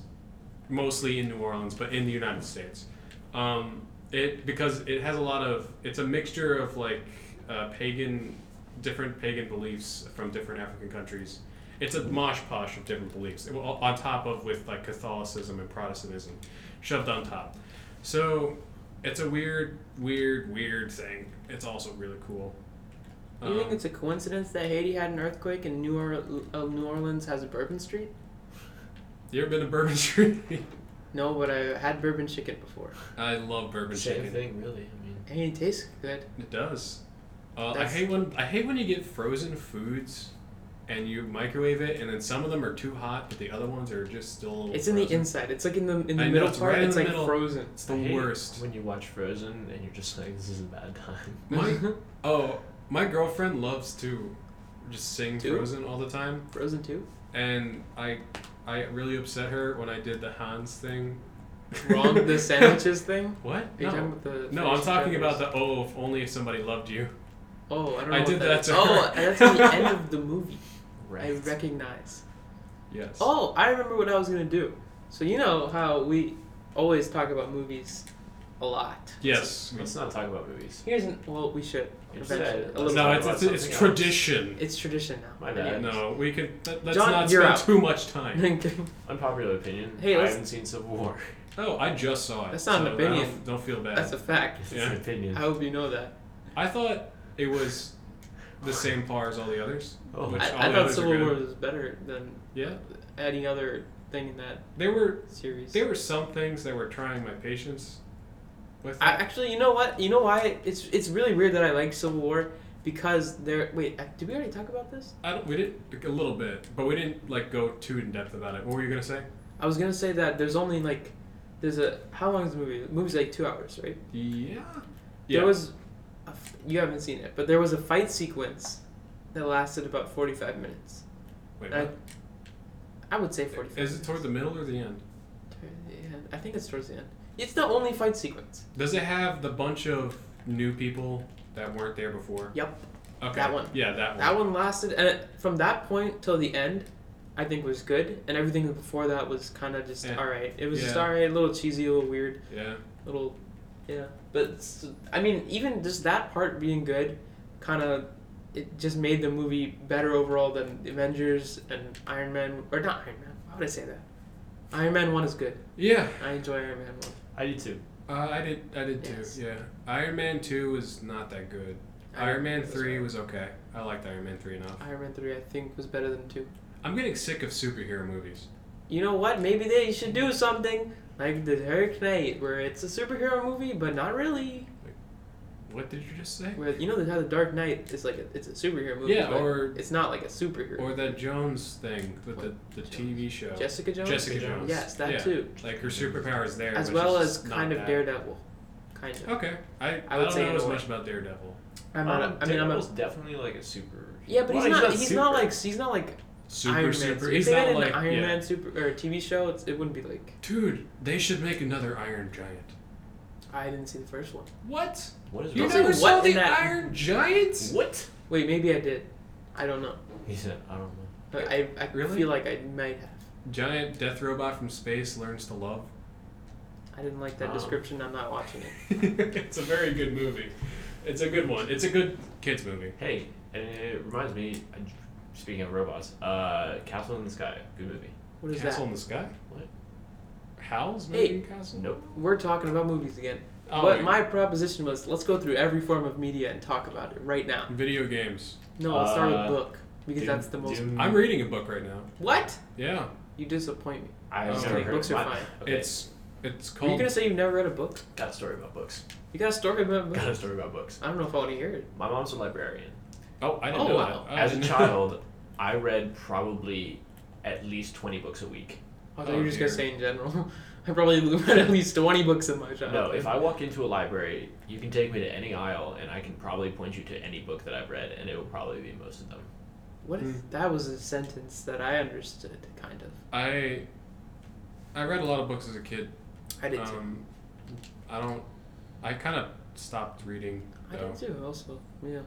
Speaker 2: mostly in New Orleans, but in the United States. Um, it because it has a lot of it's a mixture of like uh, pagan, different pagan beliefs from different African countries. It's a mosh posh of different beliefs, well, on top of with like Catholicism and Protestantism, shoved on top. So it's a weird, weird, weird thing. It's also really cool.
Speaker 1: Do you think
Speaker 2: Um,
Speaker 1: it's a coincidence that Haiti had an earthquake and New, or- uh, New Orleans has a Bourbon Street?
Speaker 2: You ever been to Bourbon Street? [LAUGHS]
Speaker 1: No, but I had bourbon chicken before.
Speaker 2: I love bourbon
Speaker 3: Same
Speaker 2: chicken.
Speaker 3: thing, really. I mean,
Speaker 1: I mean, it tastes good.
Speaker 2: It does. Uh, I
Speaker 1: That's-
Speaker 2: hate when I hate when you get frozen foods, and you microwave it, and then some of them are too hot, but the other ones are just still. A little
Speaker 1: It's in the
Speaker 2: frozen.
Speaker 1: inside. It's like in the in the
Speaker 2: I know,
Speaker 1: middle
Speaker 2: it's
Speaker 1: part.
Speaker 2: right in
Speaker 1: it's
Speaker 2: the
Speaker 1: like
Speaker 2: middle.
Speaker 1: frozen.
Speaker 2: It's
Speaker 3: I hate
Speaker 2: the
Speaker 3: it
Speaker 2: worst.
Speaker 3: when you watch Frozen and you're just like, this is a bad time.
Speaker 2: My
Speaker 1: [LAUGHS]
Speaker 2: oh, my girlfriend loves to just sing
Speaker 1: Too?
Speaker 2: Frozen all the time,
Speaker 1: Frozen too.
Speaker 2: and I I really upset her when I did the Hans thing.
Speaker 1: Wrong.
Speaker 2: [LAUGHS]
Speaker 1: The sandwiches thing.
Speaker 2: What?
Speaker 1: Are you
Speaker 2: no.
Speaker 1: talking about the?
Speaker 2: no, I'm
Speaker 1: French
Speaker 2: talking about
Speaker 1: peppers?
Speaker 2: the oh, if only if somebody loved you.
Speaker 1: Oh, I don't know.
Speaker 2: I
Speaker 1: what
Speaker 2: did
Speaker 1: that
Speaker 2: that
Speaker 1: is.
Speaker 2: to
Speaker 1: Oh,
Speaker 2: her.
Speaker 1: that's the end of the movie. I
Speaker 3: Right.
Speaker 1: recognize.
Speaker 2: Yes.
Speaker 1: Oh, I remember what I was gonna do. So you know how we always talk about movies a lot.
Speaker 2: Yes.
Speaker 3: Let's not talk about movies.
Speaker 1: Here's an well, we should.
Speaker 3: Instead,
Speaker 1: eventually, a
Speaker 3: let's
Speaker 1: little
Speaker 2: No,
Speaker 1: bit.
Speaker 3: talk
Speaker 2: it's
Speaker 3: about
Speaker 2: it's, it's
Speaker 3: something else.
Speaker 2: tradition.
Speaker 1: It's tradition now.
Speaker 3: My
Speaker 1: [LAUGHS]
Speaker 3: bad.
Speaker 2: No, we could. Let, let's
Speaker 1: John,
Speaker 2: not
Speaker 1: you're
Speaker 2: spend
Speaker 1: out.
Speaker 2: too much time.
Speaker 1: [LAUGHS]
Speaker 3: Unpopular opinion.
Speaker 1: Hey,
Speaker 3: I
Speaker 1: let's-
Speaker 3: haven't seen Civil War. [LAUGHS]
Speaker 2: Oh, I just saw it.
Speaker 1: That's not an
Speaker 2: so I don't-
Speaker 1: opinion.
Speaker 2: Don't, feel bad.
Speaker 1: That's a fact.
Speaker 3: It's
Speaker 2: Yeah.
Speaker 3: an opinion.
Speaker 1: I hope you know that.
Speaker 2: I thought it was the same par as all the others.
Speaker 3: Oh.
Speaker 2: Which
Speaker 1: I,
Speaker 2: all
Speaker 1: I
Speaker 2: the
Speaker 1: thought
Speaker 2: others are
Speaker 1: Civil War
Speaker 2: good.
Speaker 1: was better than
Speaker 2: Yeah,
Speaker 1: any other thing in that
Speaker 2: there were
Speaker 1: series.
Speaker 2: there were some things that were trying my patience. With
Speaker 1: I,
Speaker 2: it.
Speaker 1: actually, you know what? You know why? It's it's really weird that I like Civil War because there. Wait, I- did we already talk about this?
Speaker 2: I don't. We did a little bit, but we didn't like go too in depth about it. What were you gonna say?
Speaker 1: I was gonna say that there's only like, there's a how long is the movie? The movie's like two hours, right?
Speaker 2: Yeah. Yeah.
Speaker 1: There was, a f you haven't seen it, but there was a fight sequence that lasted about forty five minutes.
Speaker 2: Wait,
Speaker 1: I,
Speaker 2: what?
Speaker 1: I would say forty five.
Speaker 2: Is it toward the middle or the end?
Speaker 1: Toward the end. I think it's towards the end. It's the only fight sequence.
Speaker 2: Does it have the bunch of new people that weren't there before?
Speaker 1: Yep.
Speaker 2: Okay.
Speaker 1: That one.
Speaker 2: Yeah, that one.
Speaker 1: That one lasted, and it, from that point till the end, I think was good, and everything before that was kind of just
Speaker 2: Yeah.
Speaker 1: all right. It was just
Speaker 2: Yeah.
Speaker 1: all right, a little cheesy, a little weird,
Speaker 2: Yeah.
Speaker 1: little, yeah. But s I I mean, even just that part being good, kind of, it just made the movie better overall than Avengers and Iron Man, or not Iron Man. Why would I say that? Iron Man one is good.
Speaker 2: Yeah.
Speaker 1: I enjoy Iron Man one.
Speaker 3: I do too.
Speaker 2: Uh, I did. I did
Speaker 1: Yes.
Speaker 2: too. Yeah. Iron Man two was not that good.
Speaker 1: I-
Speaker 2: Iron
Speaker 1: it
Speaker 2: Man
Speaker 1: was
Speaker 2: three
Speaker 1: alright.
Speaker 2: was okay. I liked Iron Man 3 enough.
Speaker 1: Iron Man three, I think, was better than two.
Speaker 2: I'm getting sick of superhero movies.
Speaker 1: You know what? Maybe they should do something like the Dark Knight, where it's a superhero movie, but not really.
Speaker 2: What did you just say?
Speaker 1: Where you know how the Dark Knight is like a, it's a superhero movie,
Speaker 2: Yeah,
Speaker 1: but
Speaker 2: or-
Speaker 1: it's not like a superhero.
Speaker 2: Or that Jones thing with the, the
Speaker 4: Jones.
Speaker 2: TV show.
Speaker 1: Jessica Jones.
Speaker 2: Jessica
Speaker 4: Jones.
Speaker 2: Jones.
Speaker 1: Yes, that
Speaker 2: Yeah.
Speaker 1: too,
Speaker 2: Like her superpower is there.
Speaker 1: as
Speaker 2: but
Speaker 1: well
Speaker 2: she's
Speaker 1: as
Speaker 2: not
Speaker 1: kind of
Speaker 2: that.
Speaker 1: Daredevil, kind of.
Speaker 2: Okay, I, I,
Speaker 1: would
Speaker 2: don't
Speaker 1: say
Speaker 2: know
Speaker 1: in a
Speaker 2: as
Speaker 1: way.
Speaker 2: much about Daredevil.
Speaker 1: I'm not. a- I mean, I'm a.
Speaker 3: Um, Daredevil's definitely like a super.
Speaker 1: Yeah, but
Speaker 3: Well,
Speaker 1: he's not. He's, not
Speaker 3: super.
Speaker 1: like. He's not like
Speaker 2: Super,
Speaker 1: Iron Man.
Speaker 2: super.
Speaker 1: If
Speaker 2: He's
Speaker 1: they
Speaker 2: not
Speaker 1: had an
Speaker 2: like
Speaker 1: Iron
Speaker 2: yeah.
Speaker 1: Man super or TV show. It's, it wouldn't be like.
Speaker 2: Dude, they should make another Iron Giant.
Speaker 1: I didn't see the first one.
Speaker 2: What?
Speaker 3: What is
Speaker 2: You
Speaker 1: Don't
Speaker 3: wrong?
Speaker 2: never
Speaker 1: say
Speaker 2: saw
Speaker 1: what in
Speaker 2: the
Speaker 1: that-
Speaker 2: Iron Giant?
Speaker 3: What?
Speaker 1: Wait, maybe I did. I don't know.
Speaker 3: He said, I don't know.
Speaker 1: But I, I
Speaker 2: Really?
Speaker 1: feel like I might have.
Speaker 2: Giant death robot from space learns to love. [LAUGHS]
Speaker 1: I didn't like that
Speaker 3: Oh.
Speaker 1: description. I'm not watching it.
Speaker 2: it's a very good movie. It's a good one. It's a good kids movie.
Speaker 3: Hey, and it reminds me. I- Speaking of robots, uh, Castle in the Sky, good movie.
Speaker 1: What is
Speaker 2: Castle in the Sky.
Speaker 3: What?
Speaker 2: Howl's
Speaker 1: Hey.
Speaker 2: Moving Castle.
Speaker 3: Nope.
Speaker 1: that? We're talking about movies again.
Speaker 2: Oh,
Speaker 1: but
Speaker 2: wait.
Speaker 1: my proposition was let's go through every form of media and talk about it right now.
Speaker 2: video games.
Speaker 1: No, I'll start
Speaker 3: Uh,
Speaker 1: with book because
Speaker 3: Doom-
Speaker 1: that's the most.
Speaker 3: Doom-
Speaker 2: I'm reading a book right now.
Speaker 1: What?
Speaker 2: Yeah,
Speaker 1: You disappoint me.
Speaker 3: I've
Speaker 2: Oh.
Speaker 3: never heard
Speaker 1: Books
Speaker 3: of
Speaker 1: are
Speaker 3: my-
Speaker 1: fine.
Speaker 3: Okay.
Speaker 2: it's it's
Speaker 1: Are you
Speaker 2: called.
Speaker 1: gonna say you've never read a book?
Speaker 3: got a story about books.
Speaker 2: [LAUGHS]
Speaker 1: You got a story about
Speaker 3: Got a
Speaker 1: books?
Speaker 3: story about books.
Speaker 1: I don't know if I want to hear it.
Speaker 3: My mom's a librarian.
Speaker 2: Oh, I didn't
Speaker 1: Oh,
Speaker 2: know
Speaker 1: wow.
Speaker 2: that. I
Speaker 3: As a
Speaker 2: didn't know-
Speaker 3: child, I read probably at least twenty books a week.
Speaker 1: I thought
Speaker 2: Oh,
Speaker 1: you were just gonna
Speaker 2: dear.
Speaker 1: say in general. [LAUGHS] I probably read at least 20 books in my
Speaker 3: No,
Speaker 1: childhood.
Speaker 3: if I walk into a library, you can take me to any aisle, and I can probably point you to any book that I've read, and it will probably be most of them.
Speaker 1: What if that was a sentence that I understood, kind of?
Speaker 2: [LAUGHS] I I read a lot of books as a kid.
Speaker 1: I did too.
Speaker 2: Um, I don't. I kind of stopped reading
Speaker 1: I
Speaker 2: though.
Speaker 1: did too, also. Yeah.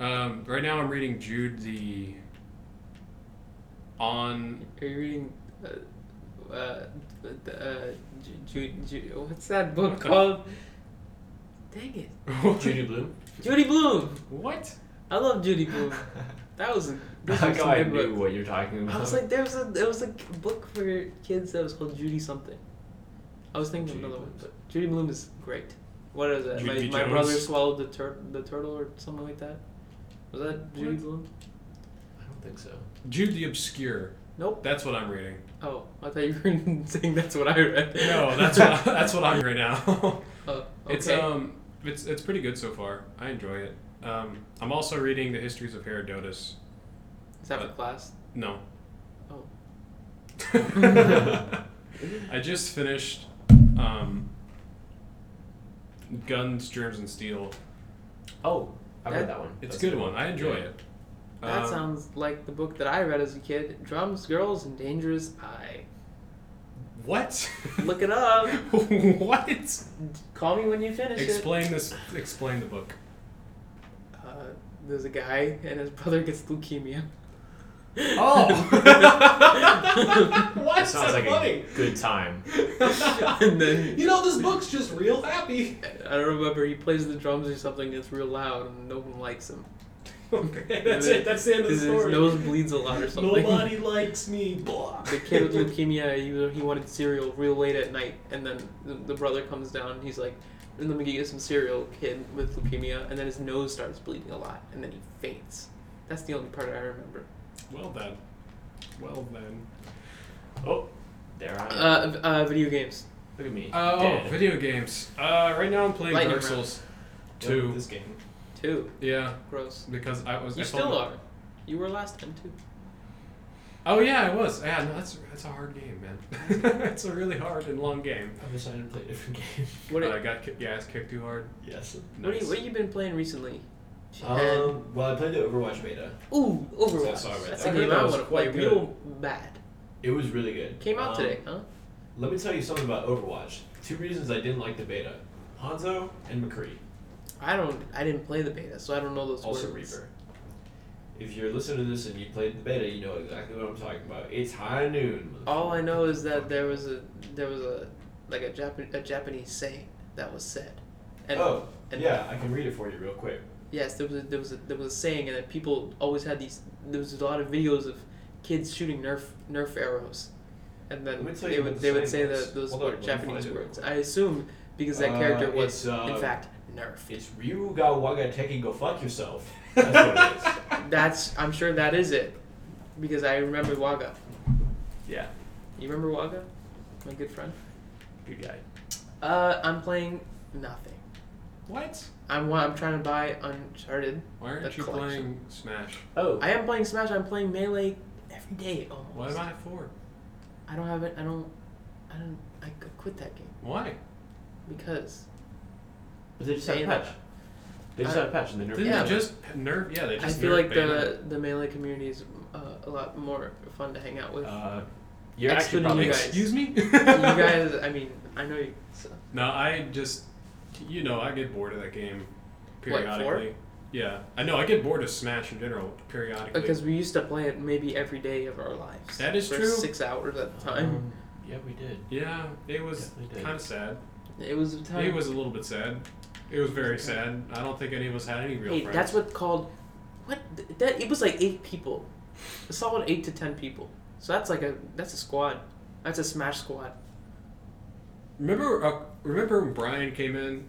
Speaker 2: Um, right now, I'm reading Jude the
Speaker 1: [LAUGHS]
Speaker 2: on. [LAUGHS]
Speaker 1: Are you reading? Uh, uh, the, uh, Ju- Ju- Ju- what's that book [LAUGHS]
Speaker 2: What the-
Speaker 1: called? Dang it,
Speaker 3: Judy Bloom.
Speaker 1: Judy Bloom.
Speaker 2: what?
Speaker 1: I love Judy
Speaker 3: [LAUGHS]
Speaker 1: Bloom. That was a [LAUGHS] this
Speaker 3: That
Speaker 1: was
Speaker 3: guy
Speaker 1: a
Speaker 3: knew
Speaker 1: good book.
Speaker 3: what you're talking about.
Speaker 1: I was like, there was a there was a book for kids that was called Judy something. I was thinking
Speaker 3: Judy
Speaker 1: of another one,
Speaker 3: Blume's.
Speaker 1: but Judy Bloom is great. What is that?
Speaker 2: Judy
Speaker 1: my, my
Speaker 2: Jones?
Speaker 1: brother swallowed the tur- the turtle or something like that. Was that Judy Bloom?
Speaker 3: I don't think so.
Speaker 2: Jude the Obscure.
Speaker 1: Nope.
Speaker 2: That's what I'm
Speaker 1: [LAUGHS]
Speaker 2: reading.
Speaker 1: Oh, I thought you were [LAUGHS] saying that's what I read.
Speaker 2: No, that's what that's what I'm right now.
Speaker 1: [LAUGHS]
Speaker 2: [LAUGHS]
Speaker 1: Oh,
Speaker 2: It's
Speaker 1: okay.
Speaker 2: um, it's it's pretty good so far. I enjoy it. Um, I'm also reading the histories of Herodotus.
Speaker 1: Is that for
Speaker 2: uh,
Speaker 1: class?
Speaker 2: No.
Speaker 3: [LAUGHS]
Speaker 1: Oh.
Speaker 2: I just finished um, Guns, Germs, and Steel.
Speaker 3: Oh, I
Speaker 1: That-
Speaker 3: read that one.
Speaker 2: It's
Speaker 3: That's
Speaker 2: a good one. I enjoy
Speaker 3: [LAUGHS] Yeah.
Speaker 2: it.
Speaker 1: That
Speaker 2: Um,
Speaker 1: sounds like the book that I read as a kid Drums, Girls, and Dangerous Eye.
Speaker 2: What?
Speaker 1: Look it up.
Speaker 2: [LAUGHS] what?
Speaker 1: Call me when you finish
Speaker 2: Explain this. Explain the book.
Speaker 1: it. Uh, there's a guy, and his brother gets leukemia.
Speaker 2: [LAUGHS] Oh. what?
Speaker 3: That Oh. sounds like [LAUGHS] a good time.
Speaker 1: and then,
Speaker 2: You know, this book's just real happy.
Speaker 1: [LAUGHS] I don't remember, he plays the drums or something, it's real loud, and no one likes him.
Speaker 2: Okay,
Speaker 1: And then his,
Speaker 2: story.
Speaker 1: His nose bleeds a lot or something.
Speaker 2: likes me. Blah.
Speaker 1: The kid with
Speaker 2: [LAUGHS]
Speaker 1: leukemia, he, wa- he wanted cereal real late at night, and then the, the brother comes down and he's like, Let me get you some cereal, kid with leukemia. And then his nose starts bleeding a lot, and then he faints. That's the only part I remember.
Speaker 2: Well then. Well then.
Speaker 3: Oh, there I am.
Speaker 1: Uh, v- uh, video games.
Speaker 3: Look at me.
Speaker 1: Uh,
Speaker 2: Oh,
Speaker 3: dead.
Speaker 2: video games. Uh, right now I'm playing
Speaker 1: Lightning
Speaker 2: Dark
Speaker 1: round.
Speaker 2: Souls
Speaker 4: Two.
Speaker 2: 2.
Speaker 4: game.
Speaker 1: Two.
Speaker 2: Yeah,
Speaker 1: Gross.
Speaker 2: because I was.
Speaker 1: You
Speaker 2: I told
Speaker 1: still
Speaker 2: my-
Speaker 1: are. You were last time, too.
Speaker 2: Oh yeah, I was. Yeah, no, that's that's a hard game, man. [LAUGHS] it's a really hard and long game.
Speaker 4: I've decided to play a different [LAUGHS] game.
Speaker 1: What,
Speaker 2: I got ki- yeah, ass kicked too
Speaker 1: [LAUGHS]
Speaker 2: hard.
Speaker 4: yes.
Speaker 1: what,
Speaker 2: Nice.
Speaker 1: you, what you been playing recently? And-
Speaker 4: Um, well, I played the Overwatch beta.
Speaker 1: ooh, Overwatch.
Speaker 4: That's all right.
Speaker 1: That's
Speaker 4: I
Speaker 1: a
Speaker 4: heard
Speaker 1: game
Speaker 4: that
Speaker 1: I
Speaker 4: was
Speaker 1: want to play
Speaker 4: quite good.
Speaker 1: real bad.
Speaker 4: It was really good.
Speaker 1: Came out
Speaker 4: Um,
Speaker 1: today, huh?
Speaker 4: Let me tell you something about Overwatch. Two reasons I didn't like the beta Hanzo and McCree,
Speaker 1: I don't. I didn't play the beta, so I don't know those
Speaker 4: also
Speaker 1: words.
Speaker 4: Reaper. If you're listening to this and you played the beta, you know exactly what I'm talking about. It's high noon.
Speaker 1: All I know is
Speaker 4: motherfucker.
Speaker 1: that there was a there was a like a Japan a Japanese saying that was said. And
Speaker 4: oh,
Speaker 1: and-
Speaker 4: yeah, I can read it for you real quick.
Speaker 1: yes, there was a, there was a, there was a saying, and that people always had these. There was a lot of videos of kids shooting Nerf Nerf arrows, and then
Speaker 4: Let me tell
Speaker 1: they
Speaker 4: you what
Speaker 1: would
Speaker 4: the
Speaker 1: they would say
Speaker 4: saying was.
Speaker 1: that those
Speaker 4: Hold
Speaker 1: were
Speaker 4: on, let me
Speaker 1: Japanese
Speaker 4: find it real
Speaker 1: words.
Speaker 4: quick.
Speaker 1: I assume because that
Speaker 4: Uh,
Speaker 1: character was
Speaker 4: it's, uh,
Speaker 1: in fact Nerf.
Speaker 4: It's Ryuga Waga Teki Go Fuck Yourself. That's what it is.
Speaker 1: That's I'm sure that is it, because I remember Waga.
Speaker 3: Yeah,
Speaker 1: You remember Waga, my good friend?
Speaker 3: good guy.
Speaker 1: Uh, I'm playing nothing.
Speaker 2: What?
Speaker 1: I'm wa- I'm trying to buy Uncharted.
Speaker 2: Why aren't
Speaker 1: That's
Speaker 2: you
Speaker 1: collection.
Speaker 2: playing Smash?
Speaker 3: Oh,
Speaker 1: I am playing Smash. I'm playing Melee every day almost.
Speaker 2: What am I for?
Speaker 1: I don't have it. I don't. I don't. I could quit that game
Speaker 2: Why?
Speaker 1: because
Speaker 3: but they just had a
Speaker 1: Bayonetta.
Speaker 3: patch. They just
Speaker 1: I-
Speaker 3: had a patch and they nerfed
Speaker 2: Didn't
Speaker 1: Yeah.
Speaker 2: they just p- nerf? Yeah, they
Speaker 1: I
Speaker 2: just.
Speaker 1: feel
Speaker 2: nerfed
Speaker 1: like
Speaker 2: Bayonetta.
Speaker 1: the the Melee community is uh, a lot more fun to hang out with.
Speaker 3: Uh, you're actually
Speaker 1: Excluding
Speaker 3: probably
Speaker 1: you guys.
Speaker 2: Excuse me.
Speaker 1: [LAUGHS] you guys, I mean, I know you. So.
Speaker 2: No, I just, you know, I get bored of that game
Speaker 1: What, four?
Speaker 2: periodically. Yeah, I know. I get bored of Smash in general periodically.
Speaker 1: Because we used to play it maybe every day of our lives.
Speaker 2: That is
Speaker 1: for
Speaker 2: true.
Speaker 1: Six hours at a time.
Speaker 3: Um, yeah, we did.
Speaker 2: yeah, it was
Speaker 3: Definitely did.
Speaker 2: kind of sad.
Speaker 1: it was a time.
Speaker 2: It was a little bit sad. It was very sad. I don't think any of us had any real
Speaker 1: hey,
Speaker 2: friends.
Speaker 1: that's what called. What th- that? It was like eight people, a solid eight to ten people. So that's like a that's a squad. That's a smash squad.
Speaker 2: Remember, uh, remember when Brian came in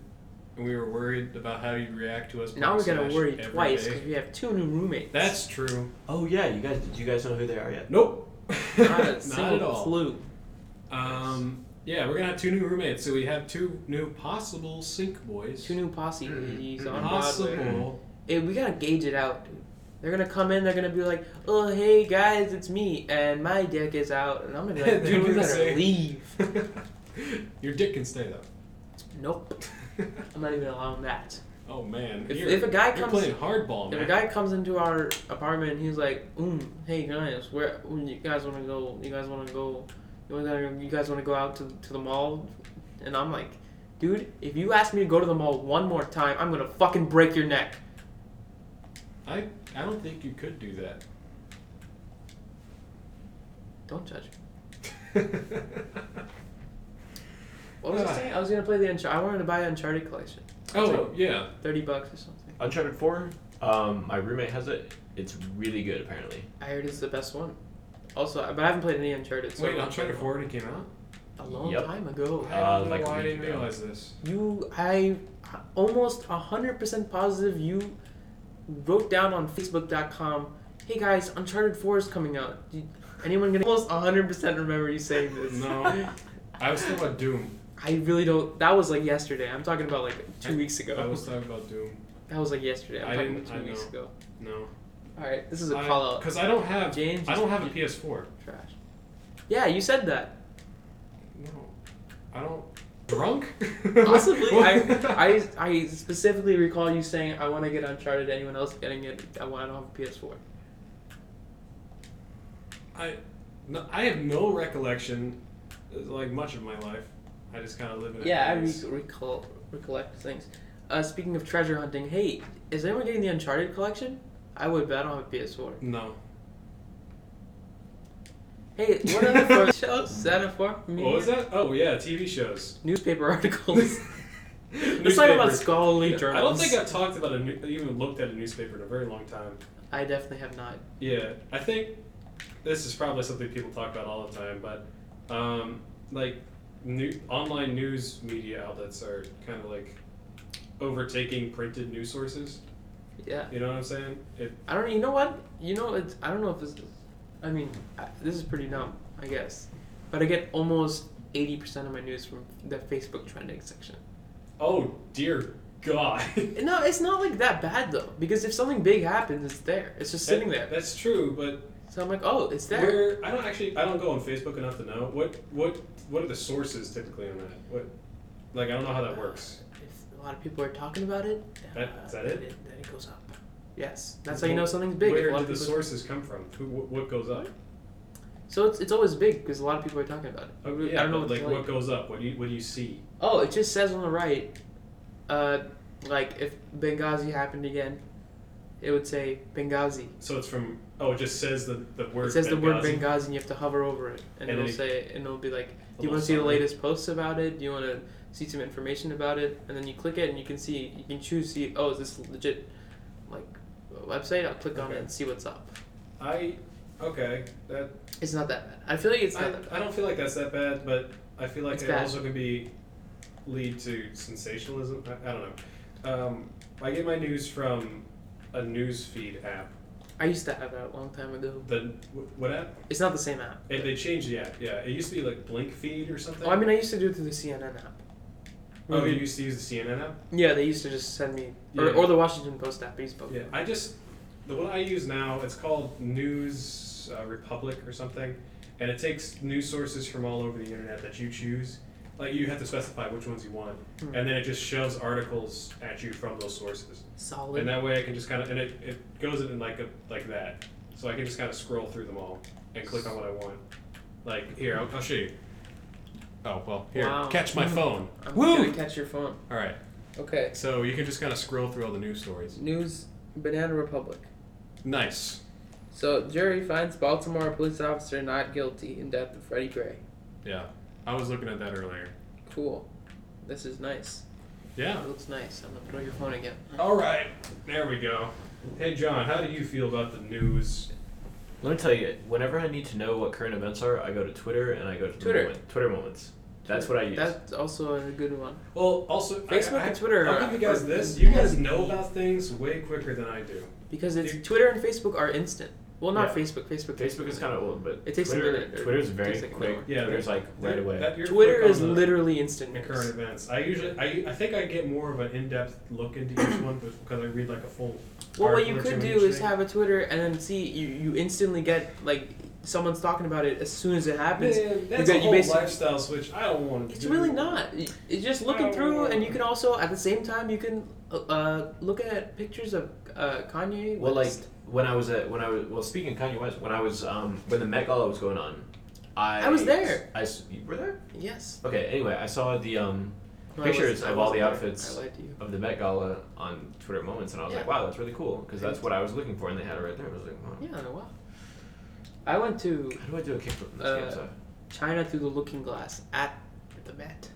Speaker 2: and we were worried about how you'd react to us.
Speaker 1: Now
Speaker 2: playing
Speaker 1: we're gonna
Speaker 2: Smash
Speaker 1: worry
Speaker 2: every
Speaker 1: twice
Speaker 2: day?
Speaker 1: because we have two new roommates.
Speaker 2: That's true.
Speaker 3: Oh yeah, you guys. Do you guys know who they are yet?
Speaker 2: Nope. [LAUGHS]
Speaker 1: not a single
Speaker 2: at all.
Speaker 1: clue.
Speaker 2: Um, yeah, we're gonna have two new roommates, so we have two new possible sync boys.
Speaker 1: Two new posse ladies on Broadway.
Speaker 2: possible.
Speaker 1: Hey, we gotta gauge it out, dude. They're gonna come in. They're gonna be like, "Oh, hey guys, it's me, and my dick is out," and I'm gonna be
Speaker 2: [LAUGHS]
Speaker 1: like,
Speaker 2: They're
Speaker 1: "Dude, we
Speaker 2: gonna
Speaker 1: better
Speaker 2: say-
Speaker 1: leave."
Speaker 2: [LAUGHS] Your dick can stay though.
Speaker 1: Nope, I'm not even allowing that.
Speaker 2: [LAUGHS] oh man.
Speaker 1: If-
Speaker 2: You're-
Speaker 1: if a guy
Speaker 2: you're
Speaker 1: comes-
Speaker 2: playing hardball,
Speaker 1: If
Speaker 2: man.
Speaker 1: a guy comes into our apartment and he's like, mm, "Hey guys, where you guys wanna go? You guys wanna go? You wanna- you guys wanna go out to to the mall?" And I'm like, "Dude, if you ask me to go to the mall one more time, I'm gonna fucking break your neck."
Speaker 2: I I don't think you could
Speaker 1: [LAUGHS]
Speaker 2: do that.
Speaker 1: Don't judge. me. What was I
Speaker 2: Ah.
Speaker 1: saying? I was gonna play the Uncharted. I wanted to buy Uncharted collection,
Speaker 2: oh yeah.
Speaker 1: thirty bucks or something.
Speaker 3: Uncharted Four. Um, my roommate has it. It's really good, apparently.
Speaker 1: I heard it's the best one. Also, but I haven't played any Uncharted. So
Speaker 2: Wait, Uncharted Four already came out.
Speaker 1: A long
Speaker 3: Yep.
Speaker 1: time ago.
Speaker 2: I don't know
Speaker 3: like a
Speaker 2: why I
Speaker 3: week
Speaker 2: didn't
Speaker 3: ago.
Speaker 2: realize this.
Speaker 1: You, I, almost hundred percent positive you wrote down on Facebook.com, "Hey guys, Uncharted Four is coming out." Do you- Anyone gonna almost hundred percent remember you saying this?
Speaker 2: No, I was talking about Doom.
Speaker 1: [LAUGHS] I really don't. That was like yesterday. I'm talking about like [LAUGHS] two
Speaker 2: I-
Speaker 1: weeks
Speaker 2: I
Speaker 1: ago.
Speaker 2: was talking about Doom.
Speaker 1: that was like yesterday. I'm
Speaker 2: I
Speaker 1: talking
Speaker 2: didn't-
Speaker 1: about two
Speaker 2: I
Speaker 1: weeks
Speaker 2: know.
Speaker 1: ago.
Speaker 2: No,
Speaker 1: All right, this is a call out.
Speaker 2: because I, don't have
Speaker 1: James
Speaker 2: I
Speaker 1: is-
Speaker 2: don't have a PS4.
Speaker 1: Trash. Yeah, you said that.
Speaker 2: No, I don't. Drunk? [LAUGHS]
Speaker 1: Possibly. [LAUGHS] I, I, I specifically recall you saying, I want to get Uncharted. Anyone else getting it? I want to have a PS4.
Speaker 2: I, no, I have no recollection, like much of my life. I just kind of live in. a
Speaker 1: Yeah, I re-
Speaker 2: haze.
Speaker 1: recall recollect things. Uh, speaking of treasure hunting, hey, is anyone getting the Uncharted collection? I would, but I don't have a PS4.
Speaker 2: No.
Speaker 1: Hey, what [LAUGHS] are the first shows? Santa for me?
Speaker 2: What was that? Oh yeah,
Speaker 1: [LAUGHS]
Speaker 2: TV shows.
Speaker 1: Newspaper articles. Let's
Speaker 2: Let's
Speaker 1: talk about scholarly journals.
Speaker 2: I don't think I've talked about a new, even looked at a newspaper in a very long time.
Speaker 1: I definitely have not.
Speaker 2: Yeah, I think this is probably something people talk about all the time, but um, like new online news media outlets are kind of like overtaking printed news sources.
Speaker 1: Yeah,
Speaker 2: You know what I'm saying? It,
Speaker 1: I don't. You know what? You know, it's. I don't know if this. Is, I mean, I, this is pretty dumb, I guess. But I get almost eighty percent of my news from the Facebook trending section.
Speaker 2: oh dear God. [LAUGHS]
Speaker 1: No, it's not like that bad though, because if something big happens, it's there. It's just sitting there.
Speaker 2: That's true, but
Speaker 1: So I'm like, oh, it's there.
Speaker 2: where I don't actually I don't go on Facebook enough to know what what what are the sources typically on that? What like I don't know how that works.
Speaker 1: If a lot of people are talking about it,
Speaker 2: That-
Speaker 1: uh,
Speaker 2: is that it?
Speaker 1: Then it, then it goes up. Yes, that's how you know something's big. if a
Speaker 2: Where
Speaker 1: lot
Speaker 2: do
Speaker 1: of
Speaker 2: the
Speaker 1: people-
Speaker 2: sources come from? Who what, what goes up?
Speaker 1: So it's, it's always big because a lot of people are talking about it.
Speaker 2: Oh,
Speaker 1: I don't know what to
Speaker 2: but, like
Speaker 1: tell
Speaker 2: what
Speaker 1: you.
Speaker 2: goes up. What do you what do you see?
Speaker 1: Oh, it just says on the right, uh, like if Benghazi happened again, it would say Benghazi.
Speaker 2: So it's from oh, it just says the the word.
Speaker 1: it says the word
Speaker 2: Benghazi.
Speaker 1: Benghazi, and you have to hover over it, and,
Speaker 2: And
Speaker 1: it'll
Speaker 2: then
Speaker 1: say, and it'll be like, do you
Speaker 2: little
Speaker 1: want to see the
Speaker 2: summary.
Speaker 1: latest posts about it? Do you want to see some information about it? And then you click it, and you can see, you can choose, see, oh, is this legit, like, website? I'll click on it
Speaker 2: Okay.
Speaker 1: and see what's up.
Speaker 2: I okay that
Speaker 1: It's not that bad. I feel like it's
Speaker 2: I,
Speaker 1: not that bad.
Speaker 2: I don't feel like that's that bad, but I feel like
Speaker 1: It's
Speaker 2: it
Speaker 1: bad.
Speaker 2: also could be lead to sensationalism. I, I don't know. Um, I get my news from a newsfeed app.
Speaker 1: I used to have that a long time ago.
Speaker 2: The wh- what app?
Speaker 1: It's not the same app.
Speaker 2: It, they changed the app. Yeah, it used to be like Blink Feed or something.
Speaker 1: Oh, I Mm-hmm. mean, I used to do it through the CNN app.
Speaker 2: oh, you used to use the CNN app.
Speaker 1: Yeah, they used to just send me, or,
Speaker 2: Yeah.
Speaker 1: or the Washington Post app. I used both.
Speaker 2: Yeah, I just the one I use now. It's called News uh, Republic or something, and it takes news sources from all over the internet that you choose. Like you have to specify which ones you want,
Speaker 1: Hmm.
Speaker 2: and then it just shoves articles at you from those sources.
Speaker 1: Solid.
Speaker 2: And that way I can just kind of and it, it goes in like a like that, so I can just kind of scroll through them all and click on what I want. Like here, I'll, I'll show you. Oh well, here,
Speaker 1: Wow. [LAUGHS]
Speaker 2: catch my phone.
Speaker 1: I'm
Speaker 2: Woo!
Speaker 1: gonna catch your phone.
Speaker 2: All right,
Speaker 1: Okay.
Speaker 2: so you can just kind of scroll through all the news stories.
Speaker 1: News Banana Republic.
Speaker 2: Nice.
Speaker 1: So jury finds Baltimore police officer not guilty in death of Freddie Gray.
Speaker 2: Yeah, I was looking at that earlier.
Speaker 1: Cool. This is nice.
Speaker 2: Yeah.
Speaker 1: It looks nice. I'm gonna throw your phone again.
Speaker 2: All right. There we go. Hey, John, how do you feel about the news?
Speaker 3: Let me tell you, whenever I need to know what current events are, I go to Twitter and I go to the
Speaker 1: Twitter.
Speaker 3: moment- Twitter moments. That's what I use.
Speaker 1: That's also a good one.
Speaker 2: Well, also
Speaker 1: Facebook
Speaker 2: I, I,
Speaker 1: and Twitter
Speaker 2: I'll
Speaker 1: are-
Speaker 2: give you guys
Speaker 1: are-
Speaker 2: this. You guys know about things way quicker than I do.
Speaker 1: Because it's
Speaker 2: You-
Speaker 1: Twitter and Facebook are instant. Well, not
Speaker 3: Yeah.
Speaker 1: Facebook. Facebook.
Speaker 3: Facebook is kind of old, but
Speaker 1: It takes a
Speaker 3: Twitter,
Speaker 1: minute, or
Speaker 3: Twitter's
Speaker 1: it
Speaker 3: very
Speaker 1: takes like an
Speaker 3: quick.
Speaker 1: hour.
Speaker 2: Yeah,
Speaker 3: Twitter's like right away.
Speaker 2: That, you're
Speaker 1: Twitter
Speaker 2: quick
Speaker 1: is
Speaker 2: on the-
Speaker 1: literally
Speaker 2: the
Speaker 1: instant. news.
Speaker 2: current events. I usually, I, I think I get more of an in-depth look into each one but- because I read like a full.
Speaker 1: Well, what
Speaker 2: article
Speaker 1: you
Speaker 2: or
Speaker 1: could
Speaker 2: two
Speaker 1: do
Speaker 2: each
Speaker 1: is
Speaker 2: thing.
Speaker 1: have a Twitter and then see you, you instantly get like someone's talking about it as soon as it happens.
Speaker 2: Man, that's
Speaker 1: got-
Speaker 2: a
Speaker 1: you
Speaker 2: whole
Speaker 1: basically-
Speaker 2: lifestyle switch. I don't want to.
Speaker 1: It's
Speaker 2: do.
Speaker 1: really not. Y- It's just looking through, and you can also at the same time you can uh, uh, look at pictures of uh, Kanye.
Speaker 3: Well, like
Speaker 1: West.
Speaker 3: when I was at when I was well speaking of Kanye West, when I was um when the Met Gala was going on, I
Speaker 1: I was there.
Speaker 3: I s- you were there.
Speaker 1: yes,
Speaker 3: Okay. Anyway, I saw the um
Speaker 1: No, I
Speaker 3: pictures
Speaker 1: wasn't- I
Speaker 3: of all the
Speaker 1: wasn't there.
Speaker 3: outfits
Speaker 1: I lied to you.
Speaker 3: of the Met Gala on Twitter Moments, and I was like,
Speaker 1: Yeah.
Speaker 3: wow, that's really cool because that's what I was looking for, and they had it right there. I was like, wow.
Speaker 1: Yeah, wow. I went to
Speaker 3: How do I do a kickflip in this
Speaker 1: Uh,
Speaker 3: game? So,
Speaker 1: China through the Looking Glass at the Met.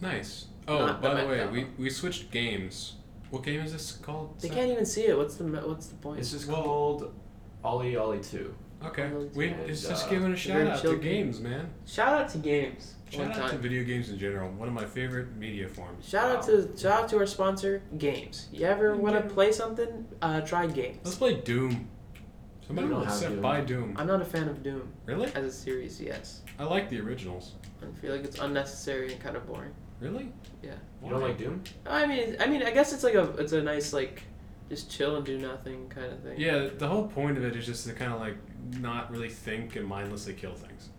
Speaker 2: Nice.
Speaker 1: Oh, Not the by the Met way, Gala. we-
Speaker 2: we switched games. What game is this called?
Speaker 1: They can't even see it. What's the Met- what's the point?
Speaker 3: it's just called Ollie Ollie Two.
Speaker 2: Okay,
Speaker 1: Hello,
Speaker 2: we
Speaker 1: Dad.
Speaker 2: it's just
Speaker 3: Uh,
Speaker 2: giving a shout out to
Speaker 1: children.
Speaker 2: games, man.
Speaker 1: Shout out to games.
Speaker 2: Shout
Speaker 1: one
Speaker 2: out to
Speaker 1: time.
Speaker 2: video games in general. One of my favorite media forms.
Speaker 1: Shout out to shout out to our sponsor, Games. You ever want to play something? Uh, try
Speaker 2: Let's
Speaker 1: Games.
Speaker 2: play Doom. Somebody
Speaker 3: We don't
Speaker 2: wants
Speaker 3: have
Speaker 2: to
Speaker 3: Doom.
Speaker 2: buy Doom.
Speaker 1: I'm not a fan of Doom
Speaker 2: Really?
Speaker 1: as a series. Yes,
Speaker 2: I like the originals.
Speaker 1: I feel like it's unnecessary and kind of boring.
Speaker 2: Really?
Speaker 1: Yeah.
Speaker 3: You don't
Speaker 2: Why?
Speaker 3: like Doom?
Speaker 1: I mean, I mean, I guess it's like a it's a nice like just chill and do nothing kind of thing.
Speaker 2: Yeah, the whole point of it is just to kind of like not really think and mindlessly kill things.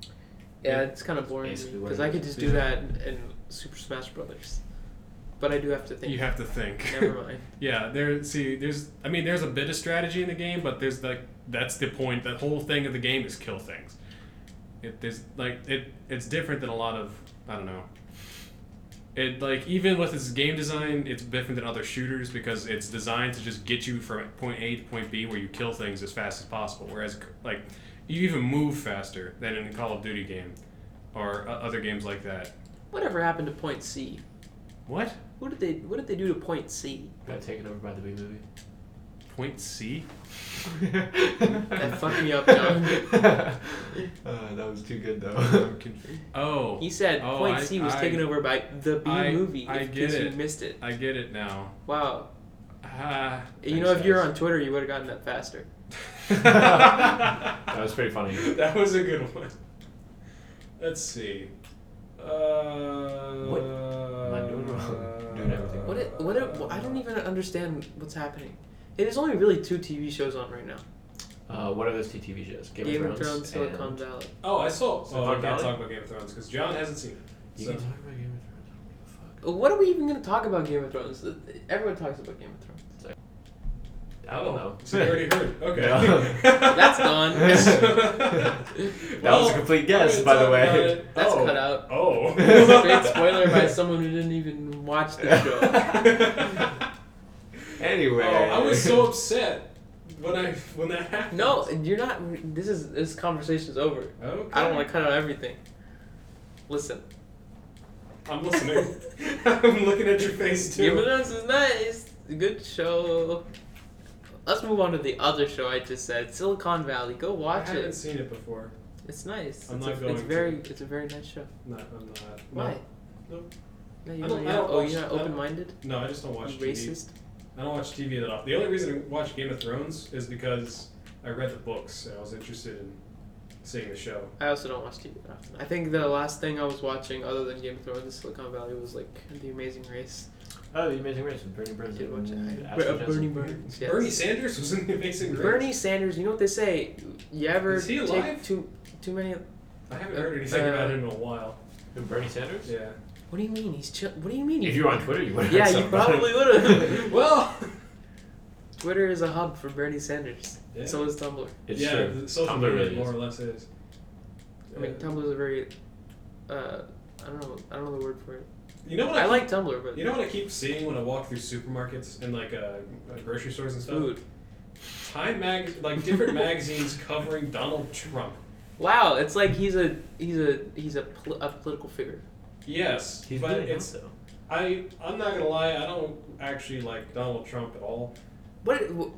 Speaker 1: Yeah, it's kind of boring
Speaker 3: Basically what
Speaker 1: because
Speaker 3: it
Speaker 1: I
Speaker 3: is.
Speaker 1: could just do that in Super Smash Brothers, but I do have to think.
Speaker 2: You have to think.
Speaker 1: [LAUGHS] Never mind.
Speaker 2: yeah, there. See, there's. I mean, there's a bit of strategy in the game, but there's like that's the point. The whole thing of the game is kill things. It there's like it. It's different than a lot of I don't know. It like even with its game design, it's different than other shooters because it's designed to just get you from point A to point B where you kill things as fast as possible. Whereas like you even move faster than in a Call of Duty game or uh, other games like that.
Speaker 1: Whatever happened to Point C?
Speaker 2: What
Speaker 1: What did they What did they do to Point C?
Speaker 3: Got taken over by the B movie.
Speaker 2: [LAUGHS] point C?
Speaker 3: that
Speaker 1: fucked
Speaker 3: [LAUGHS]
Speaker 1: me up, John.
Speaker 3: uh, that was too good though.
Speaker 2: [LAUGHS] I'm confused. Oh,
Speaker 1: He said
Speaker 2: Oh,
Speaker 1: Point
Speaker 2: I-
Speaker 1: C was
Speaker 2: I-
Speaker 1: taken over by the B
Speaker 2: I-
Speaker 1: movie.
Speaker 2: I
Speaker 1: in
Speaker 2: get
Speaker 1: case
Speaker 2: it.
Speaker 1: you missed it.
Speaker 2: I get it now.
Speaker 1: Wow.
Speaker 2: Ah.
Speaker 1: you know, if you
Speaker 3: [LAUGHS]
Speaker 1: were on Twitter, you would have gotten that faster.
Speaker 2: that
Speaker 3: That was pretty funny.
Speaker 2: That was a good one. Let's see. Uh,
Speaker 3: What am I doing wrong? Doing everything
Speaker 1: What? It, what? It, I don't even understand what's happening. It is only really two TV shows on right now:
Speaker 3: Uh, what are those two TV shows? Game,
Speaker 1: Game
Speaker 3: of Thrones. and-
Speaker 1: Silicon Valley.
Speaker 2: Oh, I saw.
Speaker 3: Silicon
Speaker 2: Oh, I can't
Speaker 3: Valley?
Speaker 2: talk about Game of Thrones because John hasn't seen it.
Speaker 3: You
Speaker 2: So.
Speaker 3: can talk about Game of Thrones. I don't give a fuck.
Speaker 1: Uh, What are we even going to talk about Game of Thrones? Uh, Everyone talks about Game of
Speaker 3: [LAUGHS]
Speaker 1: Thrones.
Speaker 3: I don't
Speaker 2: Oh,
Speaker 3: know.
Speaker 2: So you already
Speaker 3: [LAUGHS]
Speaker 2: heard. Okay.
Speaker 3: Yeah.
Speaker 2: [LAUGHS]
Speaker 1: That's
Speaker 3: [LAUGHS]
Speaker 1: gone.
Speaker 3: That was a complete guess,
Speaker 2: we're gonna
Speaker 3: by the
Speaker 2: talk
Speaker 3: way.
Speaker 2: about it.
Speaker 1: That's
Speaker 2: oh.
Speaker 1: cut out.
Speaker 2: Oh.
Speaker 1: Straight spoiler by someone who didn't even watch the show.
Speaker 3: [LAUGHS] anyway,
Speaker 2: Oh, I was so upset when I when that happened.
Speaker 1: No, you're not. This is this conversation's over.
Speaker 2: Okay.
Speaker 1: I don't want to cut out everything. Listen,
Speaker 2: I'm listening. [LAUGHS] I'm looking at your face
Speaker 1: Game of
Speaker 2: too.
Speaker 1: Thrones is nice. Good show. Let's move on to the other show I just said, Silicon Valley. Go watch
Speaker 2: I haven't
Speaker 1: it.
Speaker 2: seen it before.
Speaker 1: It's nice.
Speaker 2: I'm
Speaker 1: it's
Speaker 2: not
Speaker 1: a,
Speaker 2: going
Speaker 1: it's
Speaker 2: to.
Speaker 1: very it's a very nice show.
Speaker 2: No, I'm not.
Speaker 1: Why?
Speaker 2: No.
Speaker 1: No, you're
Speaker 2: I
Speaker 1: not, you're
Speaker 2: don't- I
Speaker 1: not-
Speaker 2: don't
Speaker 1: oh,
Speaker 2: watch-
Speaker 1: you're not
Speaker 2: I don't-
Speaker 1: open minded?
Speaker 2: No, I just don't watch TV.
Speaker 1: Racist?
Speaker 2: I don't watch TV that often. The only reason I watch Game of Thrones is because I read the books and I was interested in seeing the show.
Speaker 1: I also don't watch TV that often. I think the last thing I was watching, other than Game of Thrones, in Silicon Valley, was like The Amazing Race.
Speaker 3: Oh, The Amazing Race with Bernie
Speaker 1: I
Speaker 3: Burns.
Speaker 1: did
Speaker 3: and
Speaker 1: watch it. I-
Speaker 3: Ashton
Speaker 1: Ber-
Speaker 3: Kutcher.
Speaker 1: Bernie Burns. Yes.
Speaker 2: Mm, uh, Bernie Sanders was in The Amazing Race.
Speaker 1: Bernie Sanders. You know what they say? You ever
Speaker 2: Is he
Speaker 1: take
Speaker 2: alive?
Speaker 1: too too many?
Speaker 2: I haven't heard anything
Speaker 1: Uh,
Speaker 2: about him in a while.
Speaker 3: Who, Bernie Sanders?
Speaker 2: Yeah.
Speaker 1: What do you mean? He's chill. What do you mean?
Speaker 3: If
Speaker 1: he-
Speaker 3: you were on Twitter, you would have
Speaker 1: Yeah, you probably would have.
Speaker 2: [LAUGHS]
Speaker 3: [LAUGHS]
Speaker 2: Well.
Speaker 1: Twitter is a hub for Bernie Sanders.
Speaker 2: Yeah.
Speaker 1: So is Tumblr.
Speaker 3: It's
Speaker 2: yeah,
Speaker 3: true.
Speaker 2: the social
Speaker 3: Tumblr
Speaker 2: media
Speaker 3: really
Speaker 2: more
Speaker 3: is.
Speaker 2: or less is.
Speaker 1: I mean, Tumblr is a very. Uh, I don't know. I don't know the word for it.
Speaker 2: you know what I,
Speaker 1: I
Speaker 2: keep-
Speaker 1: like Tumblr, but
Speaker 2: You know what I keep seeing when I walk through supermarkets and like uh, grocery stores and stuff.
Speaker 1: food.
Speaker 2: Time mag,
Speaker 1: [LAUGHS]
Speaker 2: like different magazines covering Donald Trump.
Speaker 1: Wow, it's like he's a he's a he's a, pol- a political figure.
Speaker 2: Yes,
Speaker 3: He's
Speaker 2: but
Speaker 3: doing it,
Speaker 2: it's
Speaker 3: though.
Speaker 2: I. I'm not gonna lie. I don't actually like Donald Trump at all.
Speaker 1: What? wh-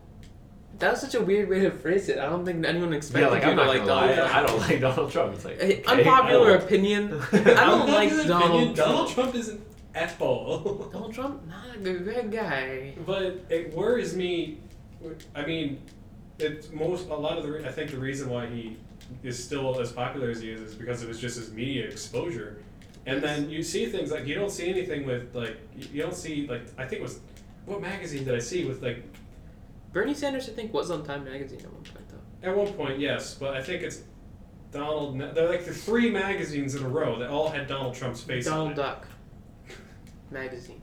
Speaker 1: That was such a weird way to phrase it. I don't think anyone expected
Speaker 3: Yeah, like
Speaker 1: you
Speaker 3: I'm
Speaker 1: to
Speaker 3: not
Speaker 1: like
Speaker 3: gonna
Speaker 1: Donald
Speaker 3: lie.
Speaker 1: Trump.
Speaker 3: I don't like Donald Trump. It's like
Speaker 1: Hey,
Speaker 3: okay,
Speaker 1: unpopular
Speaker 3: I don't- [LAUGHS]
Speaker 1: opinion. [LAUGHS] I don't like
Speaker 2: his
Speaker 1: Donald
Speaker 2: opinion.
Speaker 1: Trump.
Speaker 2: Donald Trump is an asshole.
Speaker 1: Donald Trump, not a good, good guy.
Speaker 2: But it worries me. I mean, it's most a lot of the. Re- I think the reason why he is still as popular as he is is because it was just his media exposure. And then you see things like you don't see anything with like you you don't see like I think it was what magazine did I see with like
Speaker 1: Bernie Sanders, I think, was on Time Magazine at one point, though.
Speaker 2: at one point yes but I think it's Donald Ma- they're like the three magazines in a row that all had Donald Trump's face on
Speaker 1: Donald
Speaker 2: it.
Speaker 1: Duck magazine.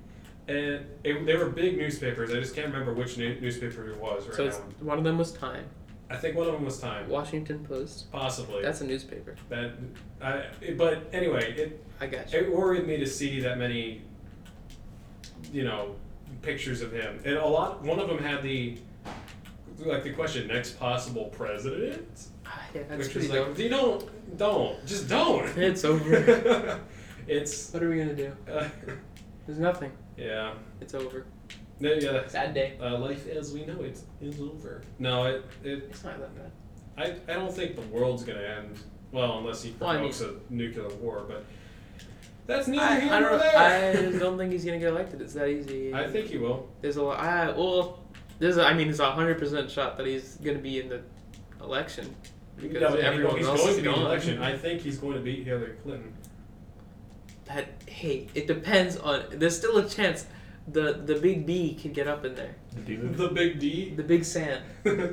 Speaker 2: and it, they were big newspapers I just can't remember which new- newspaper it was right
Speaker 1: so it's
Speaker 2: now
Speaker 1: one of them was Time,
Speaker 2: I think one of them was Time
Speaker 1: Washington Post.
Speaker 2: possibly
Speaker 1: That's a newspaper.
Speaker 2: That, I, but anyway, it,
Speaker 1: I got you.
Speaker 2: it worried me to see that many, you know, pictures of him. And a lot, one of them had the, like the question, next possible president,
Speaker 1: Ah, yeah, that's
Speaker 2: which was
Speaker 1: pretty
Speaker 2: like,
Speaker 1: dope.
Speaker 2: you don't, don't, just
Speaker 1: [LAUGHS]
Speaker 2: don't.
Speaker 1: It's over.
Speaker 2: [LAUGHS] it's,
Speaker 1: What are we gonna do?
Speaker 2: uh,
Speaker 1: There's nothing.
Speaker 2: yeah,
Speaker 1: It's over.
Speaker 2: No, yeah.
Speaker 1: Sad day.
Speaker 2: Uh, life as we know it is over. No, it, it,
Speaker 1: It's not that bad.
Speaker 2: I, I don't think the world's gonna end. Well, unless he
Speaker 1: Well, I mean-
Speaker 2: provokes a nuclear war, but that's neither
Speaker 1: I,
Speaker 2: here
Speaker 1: I
Speaker 2: nor
Speaker 1: don't. I
Speaker 2: there.
Speaker 1: don't think he's gonna get elected. It's that easy.
Speaker 2: [LAUGHS] I think he will.
Speaker 1: there's a lot. I, well, there's. A, I mean, it's a hundred percent shot that he's gonna be in the election because
Speaker 2: No,
Speaker 1: everyone
Speaker 2: he's
Speaker 1: else
Speaker 2: going
Speaker 1: is
Speaker 2: to be in
Speaker 1: gone.
Speaker 2: the election. I think he's going to beat Hillary Clinton.
Speaker 1: That hey, it depends on. There's still a chance. The the big B could get up in there.
Speaker 3: The dude.
Speaker 2: The big D, [LAUGHS]
Speaker 1: The big Sam.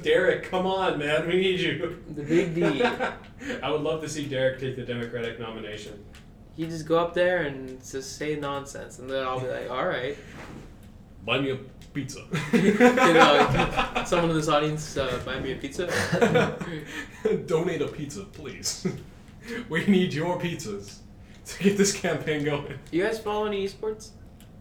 Speaker 2: Derek, come on, man, we need you.
Speaker 1: The big D.
Speaker 2: [LAUGHS] I would love to see Derek take the Democratic nomination.
Speaker 1: You just go up there and just say nonsense, and then I'll be like, all right.
Speaker 2: [LAUGHS] Buy me a [LAUGHS] pizza.
Speaker 1: You know, someone in this audience uh, buy me a
Speaker 2: [LAUGHS]
Speaker 1: pizza.
Speaker 2: Donate a pizza, please. [LAUGHS] We need your pizzas to get this campaign going.
Speaker 1: You guys follow any esports?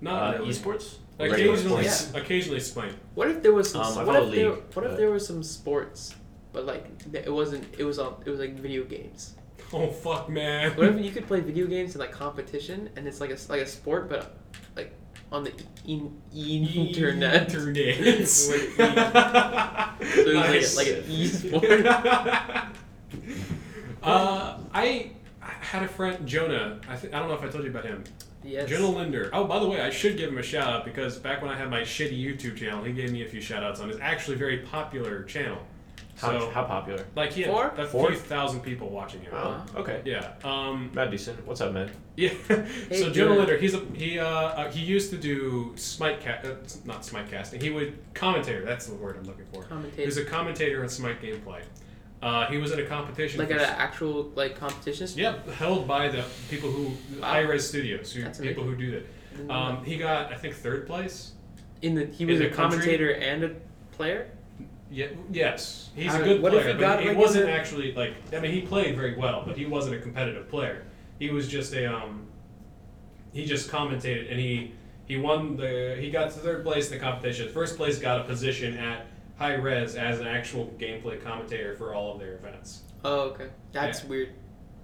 Speaker 2: Not
Speaker 3: Uh,
Speaker 2: really.
Speaker 3: esports.
Speaker 2: Occasionally,
Speaker 1: Yeah.
Speaker 2: s- occasionally Spike.
Speaker 1: What if there was some?
Speaker 3: Um, I
Speaker 1: what
Speaker 3: follow
Speaker 1: if there?
Speaker 3: League,
Speaker 1: What if
Speaker 3: but-
Speaker 1: there was some sports, but like th- it wasn't? It was on. It was like video games.
Speaker 2: Oh fuck, man.
Speaker 1: What if you could play video games in like competition, and it's like a like a sport, but like on the e-
Speaker 2: [LAUGHS]
Speaker 1: e- internet.
Speaker 2: Internet.
Speaker 1: [LAUGHS] With e- So
Speaker 2: [LAUGHS]
Speaker 1: it was like, a, like an e-sport.
Speaker 2: uh, I I had a friend, Jonah. I, th- I don't know if I told you about him.
Speaker 1: Yes.
Speaker 2: Jonah Linder. Oh, by the way, I should give him a shout out because back when I had my shitty YouTube channel, he gave me a few shout outs on his actually very popular channel.
Speaker 3: How,
Speaker 2: so,
Speaker 3: how popular?
Speaker 2: like, he had
Speaker 1: Four?
Speaker 2: a
Speaker 3: Four?
Speaker 2: few thousand people watching
Speaker 4: Oh,
Speaker 2: him.
Speaker 1: Wow.
Speaker 3: Wow. Okay.
Speaker 2: Yeah.
Speaker 3: [LAUGHS]
Speaker 2: Um,
Speaker 3: Matt Decent. What's up, man?
Speaker 2: Yeah. [LAUGHS] so Jonah
Speaker 1: Jonah.
Speaker 2: Linder, he's a he. Uh, uh, he used to do Smite ca- uh, not Smite casting. He would commentator. That's the word I'm looking for.
Speaker 1: Commentator.
Speaker 2: He was a commentator on Smite gameplay. Uh, he was in a competition.
Speaker 1: like
Speaker 2: for
Speaker 1: at an
Speaker 2: s-
Speaker 1: actual like competition.
Speaker 2: Yep, held by the people who
Speaker 1: Wow.
Speaker 2: high res studios, who
Speaker 1: That's
Speaker 2: people who do that. Um, he got I think third place.
Speaker 1: In the he
Speaker 2: in
Speaker 1: was
Speaker 2: the
Speaker 1: a commentator and a player.
Speaker 2: Yeah, yes, he's
Speaker 1: Uh,
Speaker 2: a good
Speaker 1: what if
Speaker 2: player.
Speaker 1: he
Speaker 2: but
Speaker 1: got,
Speaker 2: he
Speaker 1: like,
Speaker 2: wasn't
Speaker 1: in the-
Speaker 2: actually like. I mean, he played very well, but he wasn't a competitive player. He was just a um. He just commentated, and he he won the. He got to third place in the competition. First place got a position at high res as an actual gameplay commentator for all of their events.
Speaker 1: Oh, okay. That's weird.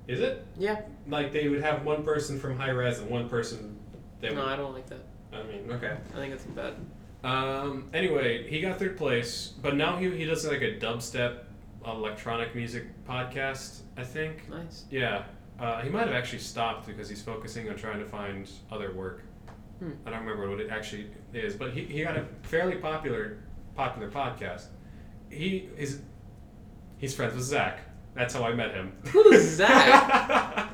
Speaker 2: Is it
Speaker 1: Yeah.
Speaker 2: like they would have one person from high res and one person? They
Speaker 1: No,
Speaker 2: would,
Speaker 1: I don't like that.
Speaker 2: I mean, okay.
Speaker 1: I think that's bad.
Speaker 2: Um. Anyway, he got third place, but now he he does like a dubstep electronic music podcast. I think.
Speaker 1: Nice.
Speaker 2: Yeah. Uh, he might have actually stopped because he's focusing on trying to find other work.
Speaker 1: Hmm.
Speaker 2: I don't remember what it actually is, but he, he got a fairly popular popular podcast. He is he's friends with Zach. That's how I met him.
Speaker 1: Who's
Speaker 2: [LAUGHS]
Speaker 1: Zach?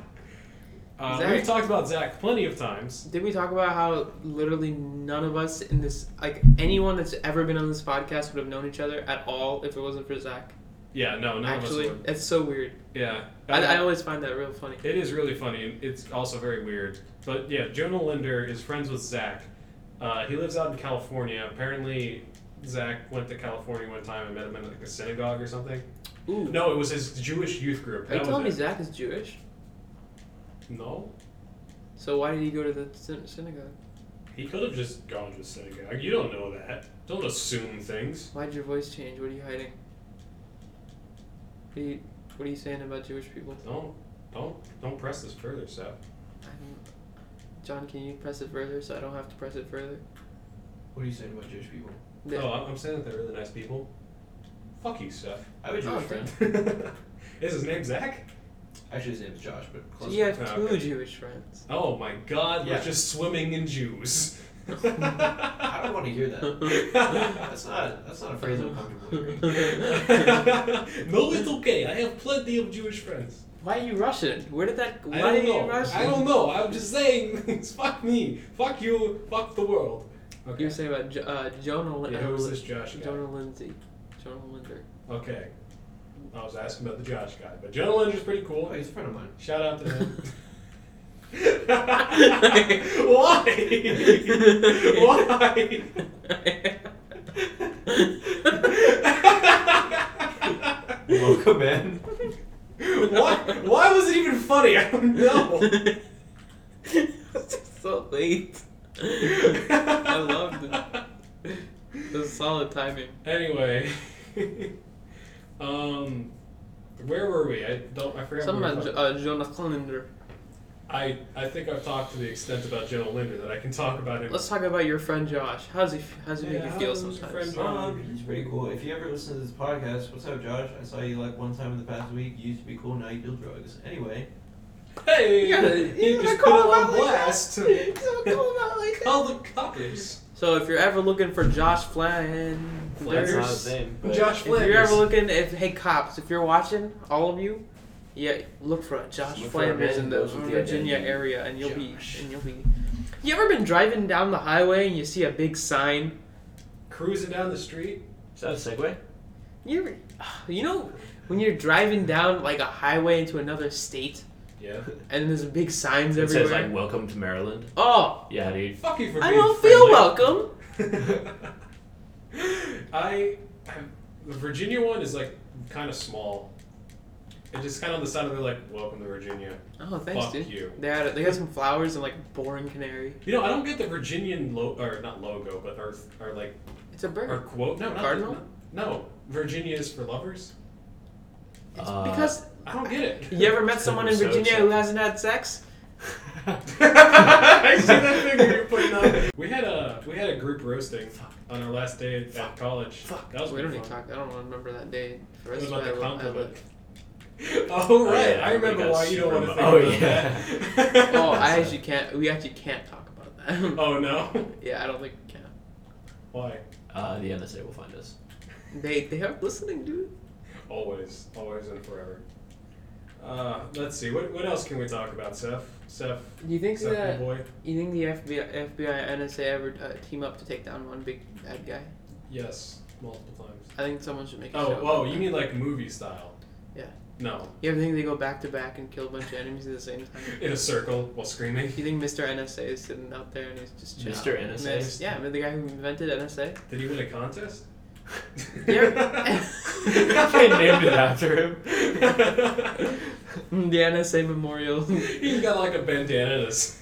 Speaker 2: Uh,
Speaker 1: Zach-
Speaker 2: We've talked about Zach plenty of times.
Speaker 1: Did we talk about how literally none of us in this, like anyone that's ever been on this podcast, would have known each other at all if it wasn't for Zach?
Speaker 2: Yeah, no, none
Speaker 1: Actually,
Speaker 2: of us would.
Speaker 1: that's so weird.
Speaker 2: Yeah,
Speaker 1: I, I always find that real funny.
Speaker 2: It is really funny, and it's also very weird. But yeah, Jonah Linder is friends with Zach. Uh, he lives out in California. Apparently, Zach went to California one time and met him in like a synagogue or something.
Speaker 1: Ooh.
Speaker 2: No, it was his Jewish youth group.
Speaker 1: Are you
Speaker 2: That was
Speaker 1: telling me
Speaker 2: it.
Speaker 1: Zach is Jewish?
Speaker 2: No,
Speaker 1: So why did he go to the syn- synagogue?
Speaker 2: he could have just gone to a synagogue. You don't know that. Don't assume things.
Speaker 1: Why'd your voice change? What are you hiding? What are you, what are you saying about Jewish people?
Speaker 2: Don't, don't, don't press this further, Seth.
Speaker 1: I don't, John, can you press it further so I don't have to press it further?
Speaker 4: What are you saying about Jewish people?
Speaker 1: Yeah.
Speaker 2: Oh, I'm- I'm saying that they're really nice people. Fuck you, Seth. [LAUGHS]
Speaker 4: I have a Jewish
Speaker 1: Oh,
Speaker 4: friend.
Speaker 2: is his name Zach?
Speaker 4: Actually, his name is Josh, but
Speaker 1: So
Speaker 4: close.
Speaker 1: you have
Speaker 2: Oh,
Speaker 1: two
Speaker 2: okay.
Speaker 1: Jewish friends.
Speaker 2: Oh my god,
Speaker 4: Yeah.
Speaker 2: we're just swimming in Jews.
Speaker 4: I don't want to
Speaker 3: [LAUGHS]
Speaker 4: hear that. That's not. That's not a phrase I'm comfortable
Speaker 2: [LAUGHS]
Speaker 4: hearing.
Speaker 2: no, it's okay. I have plenty of Jewish friends.
Speaker 1: Why are you Russian? Where did that? Why
Speaker 2: I don't
Speaker 1: are you
Speaker 2: know.
Speaker 1: Russian?
Speaker 2: I don't know. I'm just saying. [LAUGHS] It's fuck me. Fuck you. Fuck the world.
Speaker 1: You
Speaker 2: Okay.
Speaker 1: were saying about Jo- uh, Jonah. Lin- uh,
Speaker 2: Yeah, who was this Josh guy?
Speaker 1: Jonah Lindsay. Jonah
Speaker 2: [LAUGHS]
Speaker 1: Linder. [LAUGHS]
Speaker 2: Okay. I was asking about the Josh guy, but Jonah Linder's pretty
Speaker 4: Oh,
Speaker 2: cool.
Speaker 4: he's a friend of mine.
Speaker 2: Shout out
Speaker 1: [LAUGHS]
Speaker 2: to him. [LAUGHS] Why? [LAUGHS] Why?
Speaker 1: [LAUGHS]
Speaker 4: [LAUGHS] Welcome, man.
Speaker 2: Why? Why was it even funny? I don't know.
Speaker 1: it's just so late. [LAUGHS] I loved it. It was solid timing.
Speaker 2: Anyway, um, where were we? I don't. I forgot.
Speaker 1: Something
Speaker 2: where we
Speaker 1: about
Speaker 2: were.
Speaker 1: Jo- uh, Jonah Linder.
Speaker 2: I I think I've talked to the extent about Jonah Linder that I can talk about him.
Speaker 1: Let's talk about your friend Josh. How's he? How's he
Speaker 2: Yeah,
Speaker 1: make you
Speaker 2: how
Speaker 1: feel
Speaker 2: does your
Speaker 1: sometimes?
Speaker 2: friend-
Speaker 4: Um, he's pretty cool. If you ever listen to this podcast, what's up, Josh? I saw you like one time in the past week. You used to be cool. Now you deal drugs. Anyway,
Speaker 2: Hey,
Speaker 1: Yeah,
Speaker 2: he
Speaker 1: you
Speaker 2: just
Speaker 1: gotta call
Speaker 2: put him
Speaker 1: him
Speaker 2: on
Speaker 1: out like
Speaker 2: blast. [LAUGHS] Call the cops.
Speaker 1: [LAUGHS] So if you're ever looking for Josh Flynn,
Speaker 3: That's not
Speaker 1: there's-
Speaker 3: his name. But
Speaker 2: Josh
Speaker 1: if you're
Speaker 2: Flanders.
Speaker 1: ever looking, if hey cops, if you're watching, all of you, yeah, look for a Josh
Speaker 3: Look for a
Speaker 1: Flanders
Speaker 3: man
Speaker 1: in the
Speaker 3: goes with the
Speaker 1: Virginia
Speaker 3: identity.
Speaker 1: area, and you'll
Speaker 3: Josh.
Speaker 1: be, and you'll be. You ever been driving down the highway and you see a big sign?
Speaker 2: Cruising down the street.
Speaker 3: Is that a segue?
Speaker 1: You, ever, [SIGHS] you know, when you're driving down like a highway into another state,
Speaker 2: Yeah.
Speaker 1: and there's big signs
Speaker 3: It
Speaker 1: everywhere.
Speaker 3: says like "Welcome to Maryland."
Speaker 1: oh,
Speaker 3: Yeah, dude. [LAUGHS]
Speaker 2: Fuck you for
Speaker 1: I
Speaker 2: being
Speaker 1: don't feel
Speaker 2: friendly.
Speaker 1: welcome.
Speaker 2: [LAUGHS] I the Virginia one is like kind of small. It's just kind of on the side of it, like "Welcome to Virginia."
Speaker 1: Oh, thanks,
Speaker 2: Fuck
Speaker 1: dude.
Speaker 2: you.
Speaker 1: They had they had some flowers and like a boring canary.
Speaker 2: You know, I don't get the Virginian lo- or not logo, but our our like
Speaker 1: It's a bird.
Speaker 2: our quote. No, not the-
Speaker 1: Cardinal?
Speaker 2: no, Virginia is for lovers.
Speaker 1: It's
Speaker 3: Uh,
Speaker 1: because
Speaker 2: I don't get
Speaker 1: [LAUGHS]
Speaker 2: it.
Speaker 1: you ever
Speaker 3: [LAUGHS]
Speaker 1: met someone in
Speaker 3: So
Speaker 1: Virginia
Speaker 3: sad.
Speaker 1: who hasn't had sex?
Speaker 2: [LAUGHS] [LAUGHS] I see that figure you're putting on. We had a we had a group roasting on our last day at, at college.
Speaker 3: Fuck.
Speaker 2: That was
Speaker 1: we don't
Speaker 2: pretty
Speaker 1: need to
Speaker 2: fun.
Speaker 1: talk. I don't remember that day. The
Speaker 2: It
Speaker 1: rest
Speaker 2: was
Speaker 1: of
Speaker 2: like a
Speaker 1: my life, I
Speaker 2: compliment.
Speaker 1: looked-
Speaker 2: Oh
Speaker 3: Oh,
Speaker 2: right,
Speaker 3: yeah,
Speaker 2: I remember
Speaker 3: everybody
Speaker 2: why
Speaker 3: got
Speaker 2: you don't want to
Speaker 3: super
Speaker 2: think
Speaker 3: mo-
Speaker 2: about
Speaker 3: Oh,
Speaker 1: [LAUGHS]
Speaker 2: that.
Speaker 1: Oh, I actually can't. We actually can't talk about that.
Speaker 2: Oh no.
Speaker 1: [LAUGHS] yeah, I don't think we can.
Speaker 2: Why?
Speaker 3: Uh, the NSA will find us.
Speaker 1: They they are listening, dude.
Speaker 2: Always, always, and forever. Uh, let's see. What what else can we talk about, Seth? Seth.
Speaker 1: Do you think
Speaker 2: Seth, my
Speaker 1: that
Speaker 2: boy.
Speaker 1: you think the FBI, FBI, NSA ever uh, team up to take down one big bad guy?
Speaker 2: Yes, multiple times.
Speaker 1: I think someone should make a show.
Speaker 2: Oh,
Speaker 1: about
Speaker 2: whoa! You
Speaker 1: that.
Speaker 2: mean like movie style?
Speaker 1: Yeah.
Speaker 2: No,
Speaker 1: You ever think they go back to back and kill a bunch of enemies at the same
Speaker 2: [LAUGHS]
Speaker 1: time?
Speaker 2: in a circle while screaming.
Speaker 1: You think Mr. NSA is sitting out there and he's just chilling?
Speaker 3: Mr. NSA?
Speaker 1: Miss- yeah, I mean, the guy who invented NSA.
Speaker 2: Did he win a contest? [LAUGHS]
Speaker 1: Yeah.
Speaker 3: I named it after him.
Speaker 1: [LAUGHS] Mm, [LAUGHS] The NSA [LAUGHS] memorial.
Speaker 2: He's got like a bandana and a.
Speaker 4: [LAUGHS]
Speaker 2: s-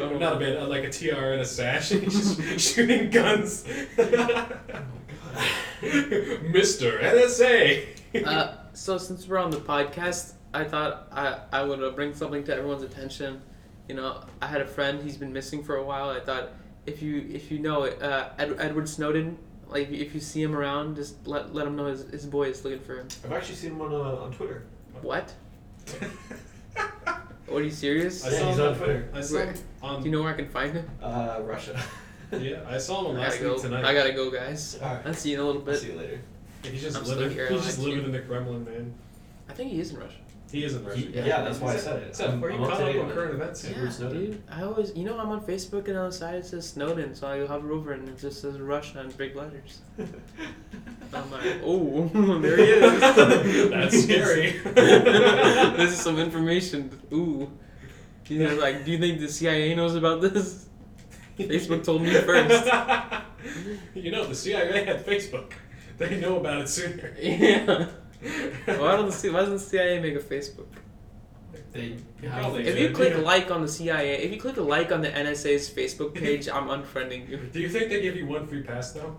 Speaker 2: Oh, not a bandana, like a tiara and a sash, and he's just [LAUGHS] shooting guns. [LAUGHS] Mr. NSA!
Speaker 1: uh, so since we're on the podcast, I thought I I would uh, bring something to everyone's attention. You know, I had a friend. He's been missing for a while. I thought if you if you know it, uh, Ed, Edward Snowden, like if you, if you see him around, just let let him know his, his boy is looking for him.
Speaker 2: [LAUGHS]
Speaker 4: I've actually seen him on uh, on Twitter.
Speaker 1: What? What, are you serious?
Speaker 2: I
Speaker 1: Do
Speaker 4: Yeah,
Speaker 2: saw
Speaker 4: he's
Speaker 2: him
Speaker 4: on Twitter.
Speaker 2: I um, saw him on.
Speaker 1: you know where I can find him?
Speaker 4: Uh, Russia.
Speaker 2: yeah,
Speaker 4: [LAUGHS]
Speaker 2: I saw him
Speaker 1: I
Speaker 2: oh, last
Speaker 1: gotta
Speaker 2: week
Speaker 1: go.
Speaker 2: tonight.
Speaker 1: I gotta go, guys.
Speaker 4: All right.
Speaker 1: I'll see you in a little
Speaker 4: I'll
Speaker 1: bit.
Speaker 4: see you later.
Speaker 2: He's just
Speaker 1: I'm still
Speaker 2: living.
Speaker 1: here,
Speaker 2: He's
Speaker 1: I
Speaker 2: just
Speaker 1: like
Speaker 2: living
Speaker 1: you.
Speaker 2: in the Kremlin, man.
Speaker 1: I think he is in Russia.
Speaker 2: He is in Russia.
Speaker 4: Yeah, that's why I said it.
Speaker 2: So,
Speaker 4: I'm-
Speaker 2: where you
Speaker 4: I'm up
Speaker 2: caught
Speaker 4: to
Speaker 2: up
Speaker 4: date
Speaker 2: on
Speaker 4: with
Speaker 2: current
Speaker 4: it.
Speaker 2: events?
Speaker 1: Yeah,
Speaker 4: Edward Snowden.
Speaker 1: dude. I always, you know, I'm on Facebook and on the side it says Snowden, so I hover over and it just says Russia in big letters. I'm like,
Speaker 2: [LAUGHS]
Speaker 1: oh, [LAUGHS] there he
Speaker 3: [LAUGHS]
Speaker 1: is.
Speaker 2: That's scary. [LAUGHS]
Speaker 1: this is some information. Ooh. You know, like, do you think the CIA knows about this? [LAUGHS]
Speaker 2: [LAUGHS]
Speaker 1: Facebook told me first.
Speaker 2: you know, the CIA had Facebook. They know about it sooner.
Speaker 1: [LAUGHS] Yeah. Why don't the C- Why doesn't the CIA make a Facebook?
Speaker 4: They
Speaker 2: Probably.
Speaker 1: If you
Speaker 2: Yeah.
Speaker 1: click like on the CIA, if you click a like on the NSA's Facebook page, I'm unfriending you. [LAUGHS]
Speaker 2: Do you think they give you one free pass though?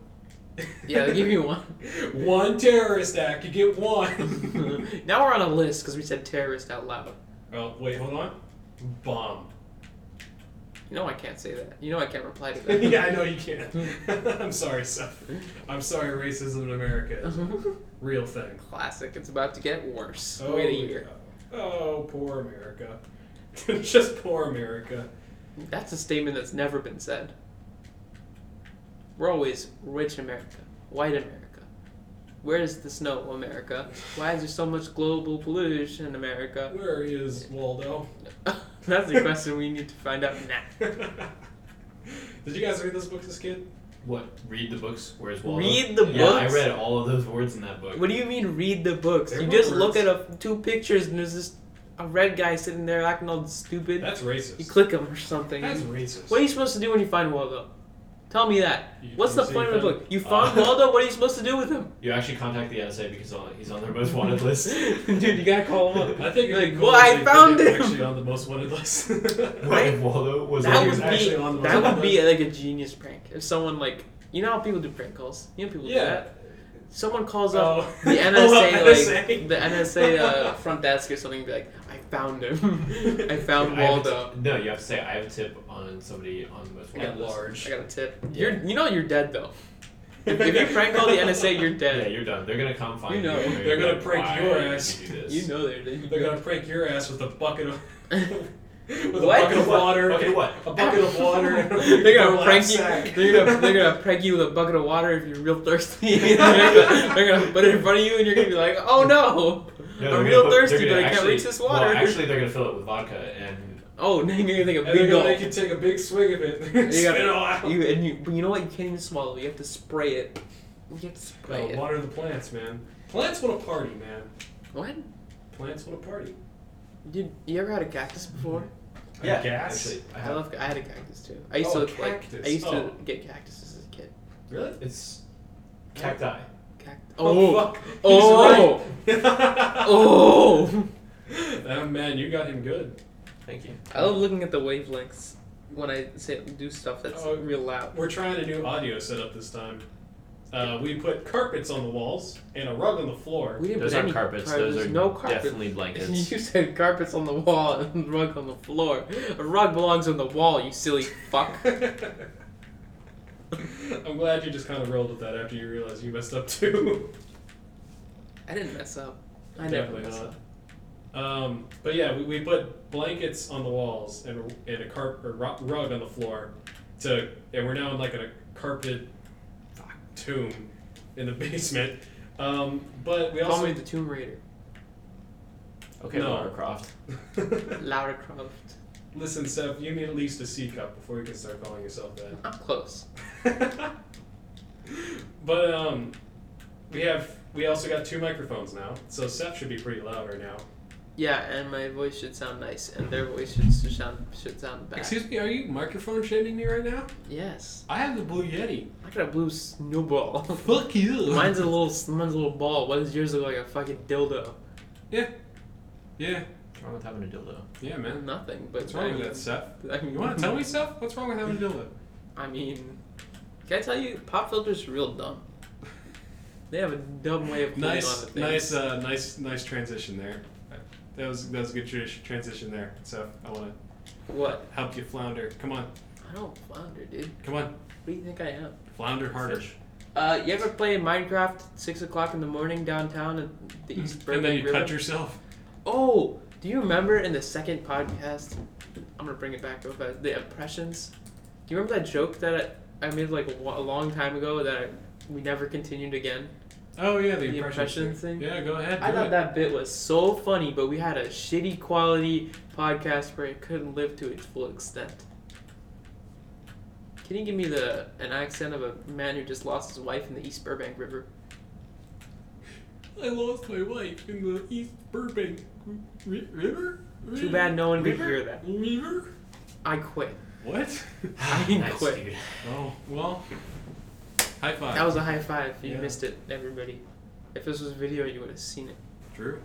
Speaker 1: Yeah, they give you one.
Speaker 2: [LAUGHS] one terrorist act. You
Speaker 1: [LAUGHS]
Speaker 2: get one.
Speaker 1: now we're on a list because we said terrorist out loud.
Speaker 2: well, wait, hold on.
Speaker 1: [LAUGHS]
Speaker 2: Bomb.
Speaker 1: You know I can't say that. You know I can't reply to that.
Speaker 2: [LAUGHS] yeah, I know you
Speaker 1: [LAUGHS]
Speaker 2: can't. I'm sorry, Seth. I'm sorry, racism in America is
Speaker 1: Uh-huh.
Speaker 2: a real thing.
Speaker 1: [LAUGHS] Classic. It's about to get worse. Wait a year.
Speaker 2: Oh, poor America. [LAUGHS] Just poor America.
Speaker 1: That's a statement that's never been said. We're always rich America, white America. Where is the snow, America? Why is there so much global pollution, in America? [LAUGHS]
Speaker 2: Where is Waldo? [LAUGHS]
Speaker 1: that's the question we need to find out now.
Speaker 2: Did you guys read those books as kid?
Speaker 3: What? Read the books. Where's Waldo?
Speaker 1: Read the
Speaker 3: yeah, I
Speaker 1: books?
Speaker 3: read all of those words in that book.
Speaker 1: What do you mean read the books?
Speaker 2: There
Speaker 1: you
Speaker 2: were
Speaker 1: just look
Speaker 2: words.
Speaker 1: at a, two pictures and there's this a red guy sitting there acting all stupid.
Speaker 2: That's
Speaker 1: You
Speaker 2: racist.
Speaker 1: click him or something.
Speaker 2: That's racist.
Speaker 1: What are you supposed to do when you find Waldo? Tell me that.
Speaker 2: You-
Speaker 1: What's
Speaker 2: you
Speaker 1: the
Speaker 2: say
Speaker 1: point
Speaker 2: you
Speaker 1: of the
Speaker 2: found-
Speaker 1: book? You
Speaker 2: [LAUGHS]
Speaker 1: found
Speaker 3: Uh.
Speaker 1: Waldo. What are you supposed to do with him?
Speaker 3: You actually contact the NSA because on- he's on
Speaker 1: [LAUGHS]
Speaker 3: their most wanted list.
Speaker 1: Dude, you gotta call
Speaker 3: [LAUGHS]
Speaker 1: him up.
Speaker 2: I think
Speaker 1: Like,
Speaker 2: it'd be cool
Speaker 1: well,
Speaker 2: if
Speaker 1: I
Speaker 2: they put
Speaker 1: found
Speaker 2: him
Speaker 1: him.
Speaker 2: Actually, on the most wanted list. [LAUGHS]
Speaker 3: What if Waldo was
Speaker 1: That
Speaker 3: on
Speaker 1: would
Speaker 3: his-
Speaker 1: be
Speaker 2: actually on the
Speaker 1: that
Speaker 2: most
Speaker 1: would be like a genius prank. If someone like you know how people do prank calls. You know people do
Speaker 2: yeah.
Speaker 1: that. Someone calls
Speaker 2: Oh.
Speaker 1: up the
Speaker 2: Call
Speaker 1: NSA,
Speaker 2: up
Speaker 1: like
Speaker 2: NSA.
Speaker 1: the NSA uh, front desk or something, and be like, I found him. I found
Speaker 3: I have a
Speaker 1: Um, Waldo.
Speaker 3: t- no, you have to say I have a tip on somebody on the most
Speaker 1: I got
Speaker 3: wanted
Speaker 2: Yeah,
Speaker 3: list.
Speaker 2: large.
Speaker 1: I got a tip.
Speaker 3: Yeah.
Speaker 1: You're you know you're dead though. If, if you prank call the NSA,
Speaker 2: [LAUGHS]
Speaker 1: you're
Speaker 3: Yeah,
Speaker 1: dead.
Speaker 3: you're done. They're gonna come find
Speaker 1: You know.
Speaker 3: you. and
Speaker 2: They're gonna
Speaker 3: like,
Speaker 2: prank
Speaker 3: "Why
Speaker 2: your
Speaker 3: did
Speaker 2: ass."
Speaker 3: You, do this?"
Speaker 1: you know they're dead.
Speaker 2: They're gonna prank your ass with a bucket of [LAUGHS] with
Speaker 1: What?
Speaker 2: a bucket of water.
Speaker 3: Bucket of what?
Speaker 2: A bucket
Speaker 1: [LAUGHS]
Speaker 2: of water. and a
Speaker 1: they're gonna
Speaker 2: burlap
Speaker 1: prank you.
Speaker 2: sack.
Speaker 1: They're gonna, they're gonna prank you with a bucket of water if you're real thirsty. [LAUGHS] they're, gonna, they're gonna put it in front of you, and you're gonna be like, "Oh no,
Speaker 3: No,
Speaker 1: I'm
Speaker 3: they're
Speaker 1: real
Speaker 3: gonna put-
Speaker 1: thirsty,
Speaker 3: they're
Speaker 1: but I
Speaker 3: gonna
Speaker 1: can't
Speaker 3: actually-
Speaker 1: reach this water."
Speaker 3: Well, actually, they're gonna fill it with vodka, and
Speaker 1: [LAUGHS] oh, now you're gonna take a
Speaker 2: And they're
Speaker 1: big
Speaker 2: gonna
Speaker 1: gulp.
Speaker 2: make you take a big swig of it.
Speaker 1: [LAUGHS] You
Speaker 2: Spit
Speaker 1: gotta-
Speaker 2: it all out.
Speaker 1: You and you, but you know what? You can't even swallow. You have to spray it. You have to spray
Speaker 2: Gotta
Speaker 1: it.
Speaker 2: water the plants, man. Plants want to party, man.
Speaker 1: What?
Speaker 2: Plants want to party.
Speaker 1: Dude, you ever had a cactus before?
Speaker 4: Yeah,
Speaker 2: Gas.
Speaker 3: actually, I
Speaker 1: I
Speaker 3: have.
Speaker 1: love. I had a cactus too. I used
Speaker 2: Oh,
Speaker 1: to like.
Speaker 2: cactus.
Speaker 1: I used
Speaker 2: Oh.
Speaker 1: to get cactuses as a kid.
Speaker 2: Really?
Speaker 3: It's cacti.
Speaker 1: Cact-
Speaker 2: Oh,
Speaker 1: oh,
Speaker 2: fuck. He's
Speaker 1: Oh. [LAUGHS]
Speaker 2: right. [LAUGHS]
Speaker 1: oh!
Speaker 2: Oh, man, you got him good.
Speaker 3: Thank you.
Speaker 1: I love looking at the wavelengths when I say do stuff that's
Speaker 2: Oh.
Speaker 1: real loud.
Speaker 2: We're trying a new audio setup this time. Uh, we put carpets on the walls and a rug on the floor.
Speaker 1: We didn't
Speaker 3: Those
Speaker 1: put
Speaker 3: aren't
Speaker 1: any
Speaker 3: carpets.
Speaker 1: car-
Speaker 3: Those
Speaker 1: there's
Speaker 3: are
Speaker 1: no carpets.
Speaker 3: definitely blankets.
Speaker 1: [LAUGHS] You said carpets on the wall and [LAUGHS] rug on the floor. A rug belongs on the wall, you silly fuck.
Speaker 2: [LAUGHS] I'm glad you just kind of rolled with that after you realized you messed up too.
Speaker 1: [LAUGHS]
Speaker 2: [LAUGHS]
Speaker 1: I didn't mess up. I never
Speaker 2: Definitely
Speaker 1: mess
Speaker 2: not.
Speaker 1: up.
Speaker 2: Um, but yeah, we, we put blankets on the walls and a, and a carp or ru- rug on the floor. To and we're now in like a carpet tomb in the [LAUGHS] basement. Um, but we
Speaker 1: Call
Speaker 2: also
Speaker 1: me
Speaker 2: [LAUGHS]
Speaker 1: the Tomb Raider.
Speaker 3: okay,
Speaker 2: No.
Speaker 3: Lara Croft.
Speaker 1: Lara Croft.
Speaker 2: Listen, Seth, you need at least a C cup before you can start calling yourself
Speaker 1: I'm close.
Speaker 2: that. [LAUGHS] but um, we have we also got two microphones now, so Seth should be pretty loud right now.
Speaker 1: Yeah, and my voice should sound nice, and their voice should s- sound should sound bad.
Speaker 2: me, are you microphone shaming me right now?
Speaker 1: Yes,
Speaker 2: I have the blue Yeti.
Speaker 1: I got a blue
Speaker 3: [LAUGHS]
Speaker 1: snowball. [LAUGHS]
Speaker 2: Fuck you.
Speaker 1: mine's a little s- mine's a little ball. What does yours look like? A fucking dildo.
Speaker 2: yeah,
Speaker 3: What's wrong with having a
Speaker 1: [LAUGHS]
Speaker 3: dildo? [LAUGHS]
Speaker 2: yeah, man.
Speaker 1: Nothing. But
Speaker 2: What's wrong
Speaker 1: I
Speaker 2: with
Speaker 1: mean,
Speaker 2: that, Seth?
Speaker 1: I mean,
Speaker 2: You want to tell me, Seth? What's wrong with having a dildo?
Speaker 1: [LAUGHS] I mean, can I tell you, pop filters are real dumb. They have a dumb way of holding on to
Speaker 2: Nice,
Speaker 1: things.
Speaker 2: nice, uh, nice, nice transition there. That was that was a good tra- transition there. So I want
Speaker 1: What?
Speaker 2: to help you flounder. Come on,
Speaker 1: I don't flounder, dude.
Speaker 2: come on,
Speaker 1: What do you think I am?
Speaker 2: flounder harder.
Speaker 1: Uh, you ever play Minecraft six o'clock in the morning downtown at the East Bergen
Speaker 2: and then you
Speaker 1: River?
Speaker 2: cut yourself.
Speaker 1: Oh, Do you remember in the second podcast? I'm gonna bring it back up, but the impressions. Do you remember that joke that I, I made like a, wa- a long time ago that I, we never continued again?
Speaker 2: Oh yeah, the,
Speaker 1: The
Speaker 2: impression
Speaker 1: impression thing?
Speaker 2: Yeah, go ahead.
Speaker 1: I
Speaker 2: do
Speaker 1: thought
Speaker 2: it.
Speaker 1: that bit was so funny, but we had a shitty quality podcast where it couldn't live to its full extent. Can you give me the an accent of a man who just lost his wife in the East Burbank River?
Speaker 2: I lost my wife in the East Burbank ri- River.
Speaker 1: Too bad no one could
Speaker 2: River?
Speaker 1: hear that.
Speaker 2: River.
Speaker 1: I quit.
Speaker 2: What? [LAUGHS]
Speaker 1: I can
Speaker 3: Nice,
Speaker 1: quit.
Speaker 3: dude.
Speaker 2: Oh well. High five.
Speaker 1: That was a high five. You
Speaker 2: Yeah.
Speaker 1: missed it, everybody. If this was video, you would have seen it.
Speaker 2: True.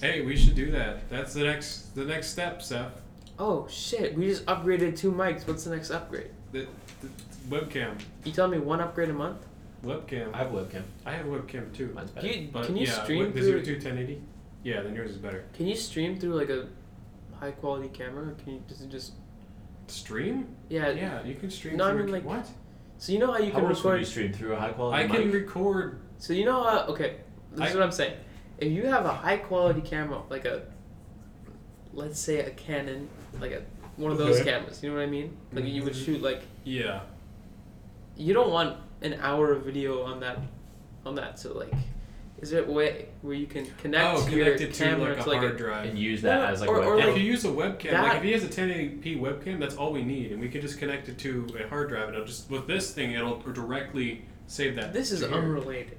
Speaker 2: Hey, we should do that. That's the next the next step, Seth.
Speaker 1: Oh shit! We just upgraded two mics. What's the next upgrade?
Speaker 2: The, the webcam.
Speaker 1: You telling me one upgrade a month?
Speaker 2: Webcam.
Speaker 3: I
Speaker 2: I,
Speaker 3: have webcam.
Speaker 2: have a webcam too.
Speaker 3: Mine's better.
Speaker 1: Do you,
Speaker 2: But
Speaker 1: can you
Speaker 2: yeah,
Speaker 1: stream
Speaker 2: what, is
Speaker 1: through?
Speaker 2: your two 1080? Yeah, then yours is better.
Speaker 1: Can you stream through like a high quality camera? Or can you does it just
Speaker 2: Stream?
Speaker 1: yeah?
Speaker 2: yeah, you can stream.
Speaker 1: No, I
Speaker 2: through
Speaker 1: mean,
Speaker 2: a-
Speaker 1: Uh, like,
Speaker 2: what?
Speaker 1: So you know how you
Speaker 3: How
Speaker 1: can
Speaker 3: else would
Speaker 1: record.
Speaker 3: you stream through a high quality
Speaker 2: I can
Speaker 3: mic?
Speaker 2: record.
Speaker 1: so you know how okay. This is
Speaker 2: I-
Speaker 1: what I'm saying. If you have a high quality camera, like a let's say a Canon, like a one of those
Speaker 2: Okay.
Speaker 1: cameras. You know what I mean? Like you would
Speaker 2: Mhm.
Speaker 1: shoot like
Speaker 2: Yeah.
Speaker 1: you don't want an hour of video on that on that so like is there a way where you can connect
Speaker 2: oh,
Speaker 1: your
Speaker 2: connected to
Speaker 1: camera
Speaker 2: like a
Speaker 1: to like
Speaker 2: hard
Speaker 1: a,
Speaker 2: drive.
Speaker 3: and use that
Speaker 1: Or-
Speaker 3: as like
Speaker 1: or- or,
Speaker 3: webcam.
Speaker 2: If
Speaker 1: like-
Speaker 2: you use a webcam, like
Speaker 1: That-
Speaker 2: if he has a 1080p webcam, that's all we need, and we could just connect it to a hard drive, and it'll just with this thing, it'll directly save that.
Speaker 1: this is
Speaker 2: to here.
Speaker 1: unrelated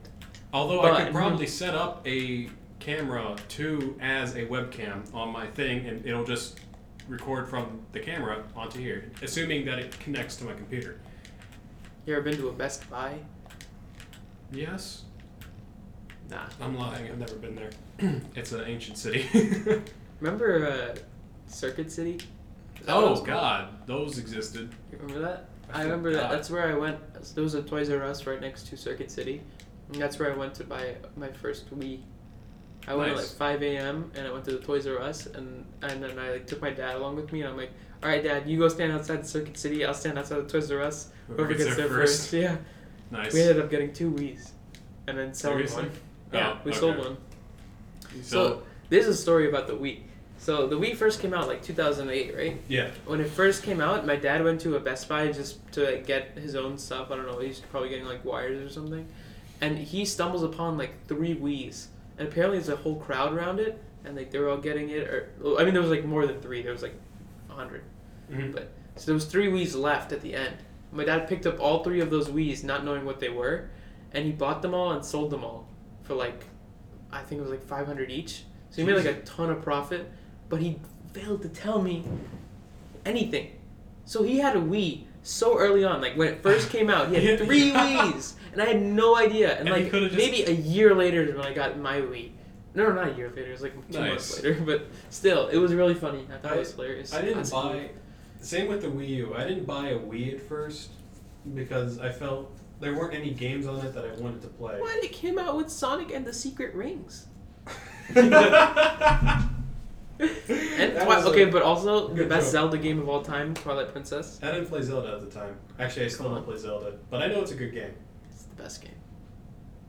Speaker 2: Although I
Speaker 1: but-
Speaker 2: could probably set up a camera to as a webcam on my thing, and it'll just record from the camera onto here, assuming that it connects to my computer.
Speaker 1: you ever been to a best buy
Speaker 2: Yes,
Speaker 3: nah.
Speaker 2: I'm lying. I've never been there. [CLEARS THROAT] it's an ancient city. [LAUGHS]
Speaker 1: remember uh, circuit city Is that what it was
Speaker 2: oh
Speaker 1: called?
Speaker 2: God, those existed.
Speaker 1: You remember that i
Speaker 2: think
Speaker 1: remember that
Speaker 2: God.
Speaker 1: that's where i went there was a toys r us right next to circuit city and that's where i went to buy my first wii I went
Speaker 2: Nice.
Speaker 1: at like 5 a.m. and I went to the Toys R Us and and then I like took my dad along with me and I'm like, all right, dad, you go stand outside Circuit City, I'll stand outside the Toys R Us. Whoever gets there first, [LAUGHS] yeah.
Speaker 2: [LAUGHS] Nice.
Speaker 1: We ended up getting two Wii's, and then selling
Speaker 2: Seriously?
Speaker 1: one. Yeah,
Speaker 2: Oh,
Speaker 1: we sold
Speaker 2: okay.
Speaker 1: one.
Speaker 2: So,
Speaker 1: So there's a story about the Wii. So the Wii first came out like 2008, right?
Speaker 2: yeah.
Speaker 1: When it first came out, my dad went to a Best Buy just to like, get his own stuff. I don't know. He's probably getting like wires or something, and he stumbles upon like three Wii's, and apparently there's a whole crowd around it, and like they were all getting it. Or I mean, there was like more than three. There was like a hundred.
Speaker 2: Mhm.
Speaker 1: But so there was three Wii's left at the end. My dad picked up all three of those Wii's, not knowing what they were, and he bought them all and sold them all for like, I think it was like five hundred each. So he made like a ton of profit, but he failed to tell me anything. So he had a Wii so early on, like when it
Speaker 2: [LAUGHS]
Speaker 1: first came out, he
Speaker 2: Yeah.
Speaker 1: had three Wii's, and I had no idea. And,
Speaker 2: And he
Speaker 1: like
Speaker 2: coulda just-
Speaker 1: maybe a year later is when I got my Wii. No, no, not a year later. It was like two months
Speaker 2: Nice.
Speaker 1: later, [LAUGHS] but still, it was really funny. I thought
Speaker 2: I-
Speaker 1: it was hilarious.
Speaker 2: I didn't
Speaker 1: That's cool.
Speaker 2: buy. Same with the Wii U. I didn't buy a Wii at first because I felt there weren't any games on it that I wanted to play.
Speaker 1: What? It came out with Sonic and the Secret
Speaker 2: [LAUGHS]
Speaker 1: Rings. And
Speaker 2: That
Speaker 1: Twi-
Speaker 2: was a-
Speaker 1: okay, but also the
Speaker 2: good
Speaker 1: best
Speaker 2: joke.
Speaker 1: Zelda game of all time, Twilight Princess.
Speaker 2: I didn't play Zelda at the time. Actually, I still don't play Zelda, but I know it's a good game.
Speaker 1: It's the best game.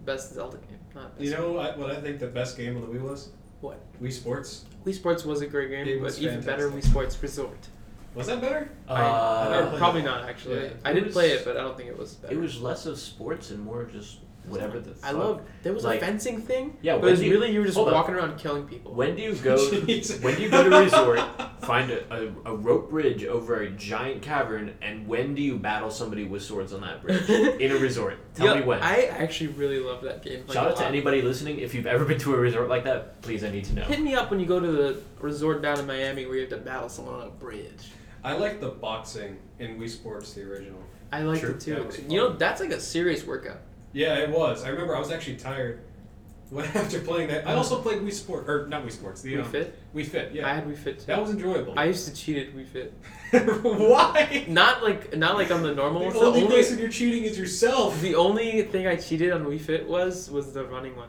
Speaker 1: Best Zelda game, not best.
Speaker 2: You know I, what I think the best game on the Wii was?
Speaker 1: What?
Speaker 2: Wii Sports.
Speaker 1: Wii Sports was a great game,
Speaker 2: It
Speaker 1: but
Speaker 2: was
Speaker 1: even better, Wii
Speaker 2: fantastic.
Speaker 1: Sports Resort.
Speaker 2: Was that better?
Speaker 1: I- or
Speaker 2: never played
Speaker 3: Uh,
Speaker 1: probably
Speaker 2: it.
Speaker 1: not actually.
Speaker 2: Yeah.
Speaker 1: I
Speaker 3: It
Speaker 1: did
Speaker 3: was-
Speaker 1: play it, but I don't think it was better.
Speaker 3: it was less of sports and more of just whatever the.
Speaker 1: I
Speaker 3: fuck-
Speaker 1: love. There was
Speaker 3: Like-
Speaker 1: a fencing thing.
Speaker 3: Yeah,
Speaker 1: but
Speaker 3: when
Speaker 1: it was
Speaker 3: do you-
Speaker 1: really you were just
Speaker 3: hold up.
Speaker 1: walking around killing people.
Speaker 3: When do you go?
Speaker 1: [LAUGHS]
Speaker 2: Jeez.
Speaker 3: when do you go to a resort? Find a, a, a rope bridge over a giant cavern, and when do you battle somebody with swords on that
Speaker 1: [LAUGHS]
Speaker 3: bridge in a resort? Tell
Speaker 1: Yeah,
Speaker 3: me when.
Speaker 1: I actually really love that game. like, uh,
Speaker 3: Shout
Speaker 1: a
Speaker 3: out to
Speaker 1: lot.
Speaker 3: anybody listening. If you've ever been to a resort like that, please, I need to know.
Speaker 1: Hit me up when you go to the resort down in Miami where you have to battle someone on a bridge.
Speaker 2: I like the boxing in Wii Sports, the original.
Speaker 1: I liked
Speaker 3: Sure.
Speaker 1: it too.
Speaker 2: That was
Speaker 1: You know,
Speaker 2: fun.
Speaker 1: that's like a serious workout.
Speaker 2: Yeah, it was. I remember I was actually tired [LAUGHS] when after playing that. I also played Wii Sport or not Wii Sports. The
Speaker 1: We
Speaker 2: um,
Speaker 1: Fit.
Speaker 2: Wii Fit.
Speaker 1: I
Speaker 2: Yeah,
Speaker 1: had We Fit too.
Speaker 2: that was enjoyable. [LAUGHS]
Speaker 1: I used to cheat at We Fit.
Speaker 2: Why?
Speaker 1: Not like not like on the normal
Speaker 2: The
Speaker 1: one.
Speaker 2: only
Speaker 1: the
Speaker 2: person you're cheating is yourself.
Speaker 1: [LAUGHS] only the only thing I cheated on We Fit was was the running one.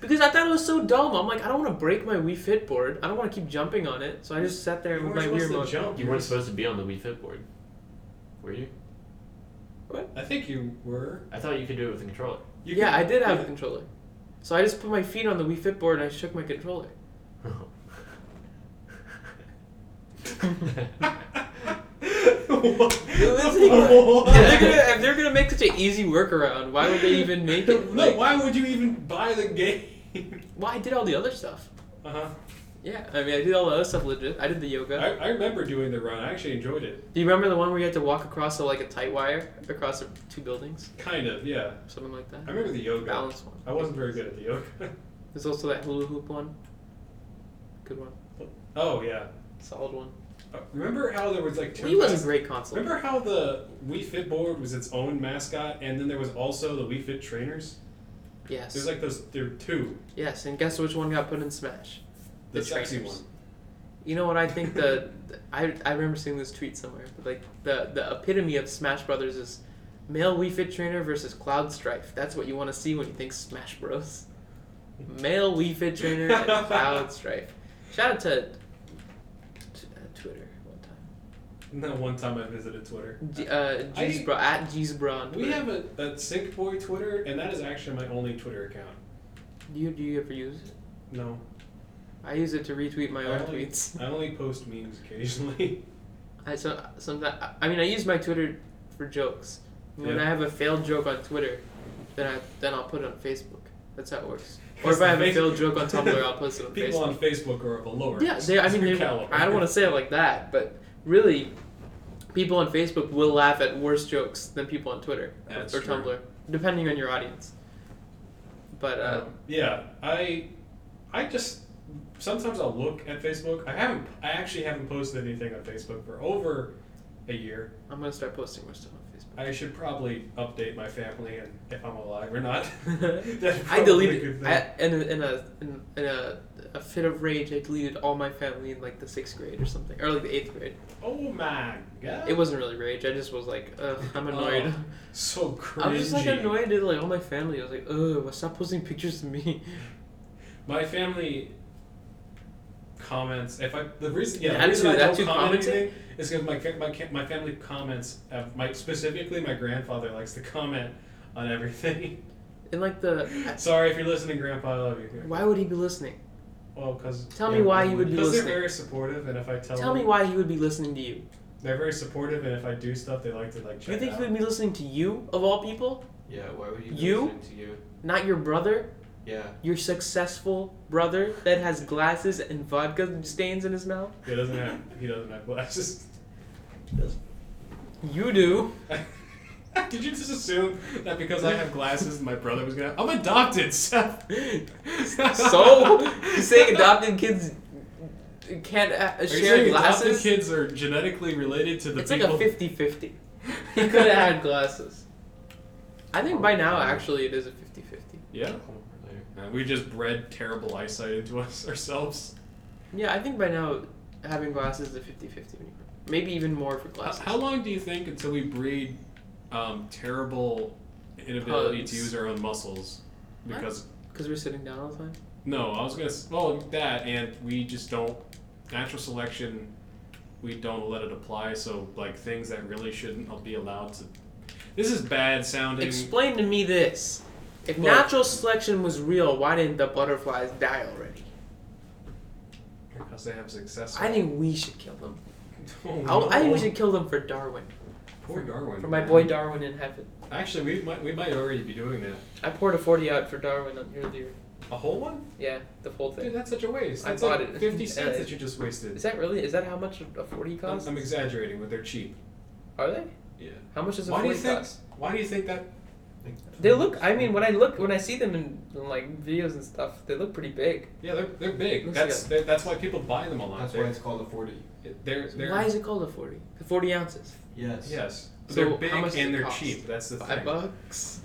Speaker 1: Because I thought it was so dumb. I'm like, I don't want to break my We Fit board. I don't want to keep jumping on it. So I just sat there
Speaker 2: You
Speaker 1: with
Speaker 2: weren't
Speaker 1: my
Speaker 2: supposed
Speaker 1: weird
Speaker 2: to
Speaker 1: mode.
Speaker 2: jump.
Speaker 3: You weren't supposed to be on the Wii Fit board, were you?
Speaker 2: I think you were.
Speaker 3: I thought you could do it with a controller.
Speaker 2: You
Speaker 1: yeah,
Speaker 2: could-
Speaker 1: I did have a
Speaker 2: yeah. [LAUGHS]
Speaker 1: controller. So I just put my feet on the We Fit board and I shook my controller.
Speaker 2: What?
Speaker 1: If they're,
Speaker 2: What?
Speaker 1: gonna, if they're gonna make such an easy workaround, why would they even make it?
Speaker 2: [LAUGHS] No,
Speaker 1: Like,
Speaker 2: why would you even buy the game?
Speaker 1: well, I did all the other stuff.
Speaker 2: Uh-huh.
Speaker 1: Yeah, I mean, I did all the other stuff legit. I did the
Speaker 2: I,
Speaker 1: yoga.
Speaker 2: I remember doing the run. I actually enjoyed it.
Speaker 1: Do you remember the one where you had to walk across a, like a tight wire across the two buildings,
Speaker 2: Kind of, yeah.
Speaker 1: something like that?
Speaker 2: I remember the yoga.
Speaker 1: Balance one.
Speaker 2: I wasn't very good at the yoga. [LAUGHS]
Speaker 1: There's also that hula hoop one. Good one,
Speaker 2: oh, yeah.
Speaker 1: solid one.
Speaker 2: Uh, Remember how there was like two
Speaker 1: He was a
Speaker 2: mas-
Speaker 1: great console.
Speaker 2: Remember how the Wii Fit board was its own mascot and then there was also the Wii Fit trainers?
Speaker 1: Yes.
Speaker 2: There's like those there were two.
Speaker 1: yes, and guess which one got put in Smash?
Speaker 2: The,
Speaker 1: The
Speaker 2: sexy
Speaker 1: trainers.
Speaker 2: one.
Speaker 1: You know what I think the I, I remember seeing this tweet somewhere, but like the the epitome of Smash Brothers is male Wii Fit trainer versus Cloud Strife. That's what you want to see when you think Smash Bros. Male Wii Fit trainer
Speaker 2: [LAUGHS]
Speaker 1: and Cloud Strife. Shout out to, to uh, Twitter one time.
Speaker 2: Isn't [LAUGHS] that one time I visited Twitter?
Speaker 1: G, uh, G's
Speaker 2: I-
Speaker 1: Bra, at G's Bra on
Speaker 2: We
Speaker 1: Twitter.
Speaker 2: have a, a Sync Boy Twitter, and that is actually my only Twitter account.
Speaker 1: do you do you ever use it?
Speaker 2: No,
Speaker 1: I use it to retweet my own
Speaker 2: I only,
Speaker 1: tweets.
Speaker 2: I only post memes occasionally.
Speaker 1: I so sometimes I mean I use my Twitter for jokes. When
Speaker 2: Yeah.
Speaker 1: I have a failed joke on Twitter, then I then I'll put it on Facebook. That's how it works. [LAUGHS] Or
Speaker 2: Yes,
Speaker 1: if I have a
Speaker 2: Facebook-
Speaker 1: failed joke
Speaker 2: [LAUGHS]
Speaker 1: on Tumblr, I'll post it on
Speaker 2: People
Speaker 1: Facebook.
Speaker 2: on Facebook are of a lower.
Speaker 1: yeah, they, I mean, they,
Speaker 2: caliber. Um,
Speaker 1: I don't want to say it like that, but really, people on Facebook will laugh at worse jokes than people on Twitter or-
Speaker 2: That's
Speaker 1: or
Speaker 2: true.
Speaker 1: Tumblr, depending on your audience. But uh,
Speaker 2: Um, yeah, I, I just sometimes I'll look at Facebook. I haven't. I actually haven't posted anything on Facebook for over a year.
Speaker 1: I'm gonna start posting more stuff on Facebook.
Speaker 2: I should probably update my family and if I'm alive or not. [LAUGHS] That's
Speaker 1: [LAUGHS] I
Speaker 2: probably a
Speaker 1: deleted
Speaker 2: good
Speaker 1: I,
Speaker 2: thing.
Speaker 1: in, a, in, a, in, in a, a fit of rage. I deleted all my family in like the sixth grade or something, or like the eighth grade.
Speaker 2: Oh my god!
Speaker 1: It wasn't really rage. I just was like, ugh, I'm annoyed.
Speaker 2: [LAUGHS] Oh, so cringy.
Speaker 1: I was just like annoyed at like all my family. I was like, ugh, well, stop posting pictures of me. [LAUGHS]
Speaker 2: My family comments if I the reason yeah,
Speaker 1: Yeah,
Speaker 2: the reason
Speaker 1: attitude-
Speaker 2: I don't
Speaker 1: attitude
Speaker 2: comment
Speaker 1: commenting?
Speaker 2: anything is because my, fa- my ca- my family comments uh, my specifically my grandfather likes to comment on everything. [LAUGHS]
Speaker 1: And like the,
Speaker 2: Sorry if you're listening, Grandpa. I love you.
Speaker 1: why would he be listening?
Speaker 2: Well, because
Speaker 1: Tell me why you would be
Speaker 2: because they're
Speaker 1: listening.
Speaker 2: very supportive, and if I tell,
Speaker 1: Tell me
Speaker 2: them,
Speaker 1: why he would be listening to you.
Speaker 2: they're very supportive, and if I do stuff, they like to like.
Speaker 1: You
Speaker 2: check
Speaker 1: think
Speaker 2: out.
Speaker 1: he would be listening to you of all people?
Speaker 4: Yeah, why would you? be
Speaker 1: You?
Speaker 4: listening to you.
Speaker 1: Not your brother,
Speaker 4: Yeah.
Speaker 1: your successful brother that has glasses and vodka stains in his mouth.
Speaker 2: He doesn't have. He doesn't have glasses.
Speaker 1: You do.
Speaker 2: Did you just assume that because I have glasses, my brother was gonna? I'm adopted, Seth.
Speaker 1: So you saying adopted kids can't uh,
Speaker 2: Are you
Speaker 1: share
Speaker 2: saying
Speaker 1: glasses?
Speaker 2: Adopted kids are genetically related to the
Speaker 1: it's like
Speaker 2: people.
Speaker 1: a [LAUGHS] 50-50. He could have had glasses. I think by
Speaker 2: Oh,
Speaker 1: now, actually, it is a 50-50.
Speaker 2: yeah. Uh, we just bred terrible eyesight into us [LAUGHS] ourselves.
Speaker 1: Yeah, I think by now, having glasses is a 50-50. Maybe even more for
Speaker 2: How,
Speaker 1: glasses.
Speaker 2: how long do you think until we breed um, terrible inability
Speaker 1: Pugs.
Speaker 2: to use our own muscles? Because
Speaker 1: Because we're sitting down all the time.
Speaker 2: no, I was gonna. s- Well, that and we just don't. Natural selection, we don't let it apply. So like things that really shouldn't be allowed to. This is bad sounding.
Speaker 1: Explain to me this. If
Speaker 2: Look.
Speaker 1: natural selection was real, why didn't the butterflies die already?
Speaker 2: because they have success.
Speaker 1: I think we should kill them.
Speaker 2: [LAUGHS]
Speaker 1: I-
Speaker 2: Oh,
Speaker 1: I think we
Speaker 2: no.
Speaker 1: should kill them for Darwin.
Speaker 2: Poor Darwin.
Speaker 1: For my boy Darwin in heaven.
Speaker 2: Actually, we might we might already be doing that.
Speaker 1: I poured a 40 out for Darwin on earlier.
Speaker 2: A whole one?
Speaker 1: Yeah, the whole
Speaker 2: Dude,
Speaker 1: thing.
Speaker 2: that's such a waste.
Speaker 1: I
Speaker 2: That's
Speaker 1: bought
Speaker 2: like
Speaker 1: it. [LAUGHS]
Speaker 2: Fifty cents
Speaker 1: Uh,
Speaker 2: that you just
Speaker 1: Is
Speaker 2: wasted.
Speaker 1: that really? Is that how much a 40
Speaker 2: I'm,
Speaker 1: costs?
Speaker 2: I'm exaggerating, but they're cheap.
Speaker 1: Are they?
Speaker 2: Yeah.
Speaker 1: How much does a
Speaker 2: Why do you
Speaker 1: 40
Speaker 2: think?
Speaker 1: cost?
Speaker 2: Why do you think that?
Speaker 1: They look. I mean, when I look, when I see them in, in like videos and stuff, they look pretty big.
Speaker 2: Yeah, they're they're big.
Speaker 1: Looks
Speaker 2: That's that- that's why people buy them a lot.
Speaker 4: That's why
Speaker 2: they're,
Speaker 4: it's called a forty.
Speaker 2: they're they're
Speaker 1: Why is it called a 40? 40 ounces.
Speaker 4: Yes.
Speaker 2: yes.
Speaker 1: So
Speaker 2: they're
Speaker 1: how
Speaker 2: big
Speaker 1: much does it
Speaker 2: and they're
Speaker 1: cost?
Speaker 2: cheap. That's the
Speaker 1: Five
Speaker 2: thing.
Speaker 1: bucks.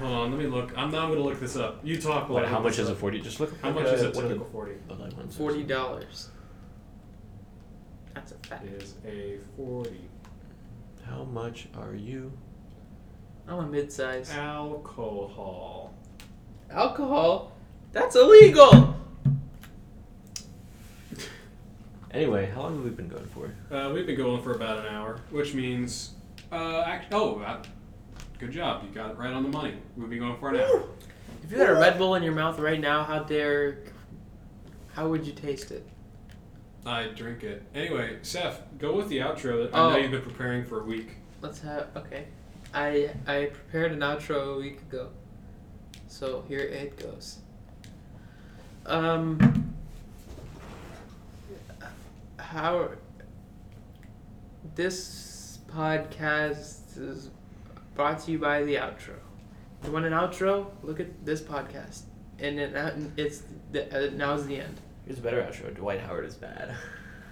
Speaker 2: Hold on, let me look. I'm not gonna look this up. You talk. while
Speaker 3: Wait,
Speaker 2: I
Speaker 3: how
Speaker 2: look
Speaker 3: much
Speaker 2: this
Speaker 3: is a
Speaker 2: up.
Speaker 3: forty? Just look.
Speaker 2: How
Speaker 3: look
Speaker 2: much is
Speaker 3: at
Speaker 2: a
Speaker 3: what are the
Speaker 2: typical forty?
Speaker 3: bloodline ones?
Speaker 1: Forty dollars. That's a fact.
Speaker 2: Is a forty
Speaker 3: How much are you?
Speaker 1: I'm a mid-size.
Speaker 2: alcohol.
Speaker 1: Alcohol. That's illegal.
Speaker 3: Anyway, how long have we been going for?
Speaker 2: Uh, we've been going for about an hour, which means, uh, act- oh, uh, good job, you got it right on the money. We've been going for an hour.
Speaker 1: If you had a Red Bull in your mouth right now, how dare? How would you taste it?
Speaker 2: I drink it. Anyway, Seth, go with the outro that I
Speaker 1: Oh.
Speaker 2: know you've been preparing for a week.
Speaker 1: Let's have okay. I I prepared an outro a week ago, so here it goes. Um, how this podcast is brought to you by the outro. You want an outro? Look at this podcast, and it, it's the, uh, now's the end.
Speaker 3: Here's a better outro. Dwight Howard is bad. [LAUGHS]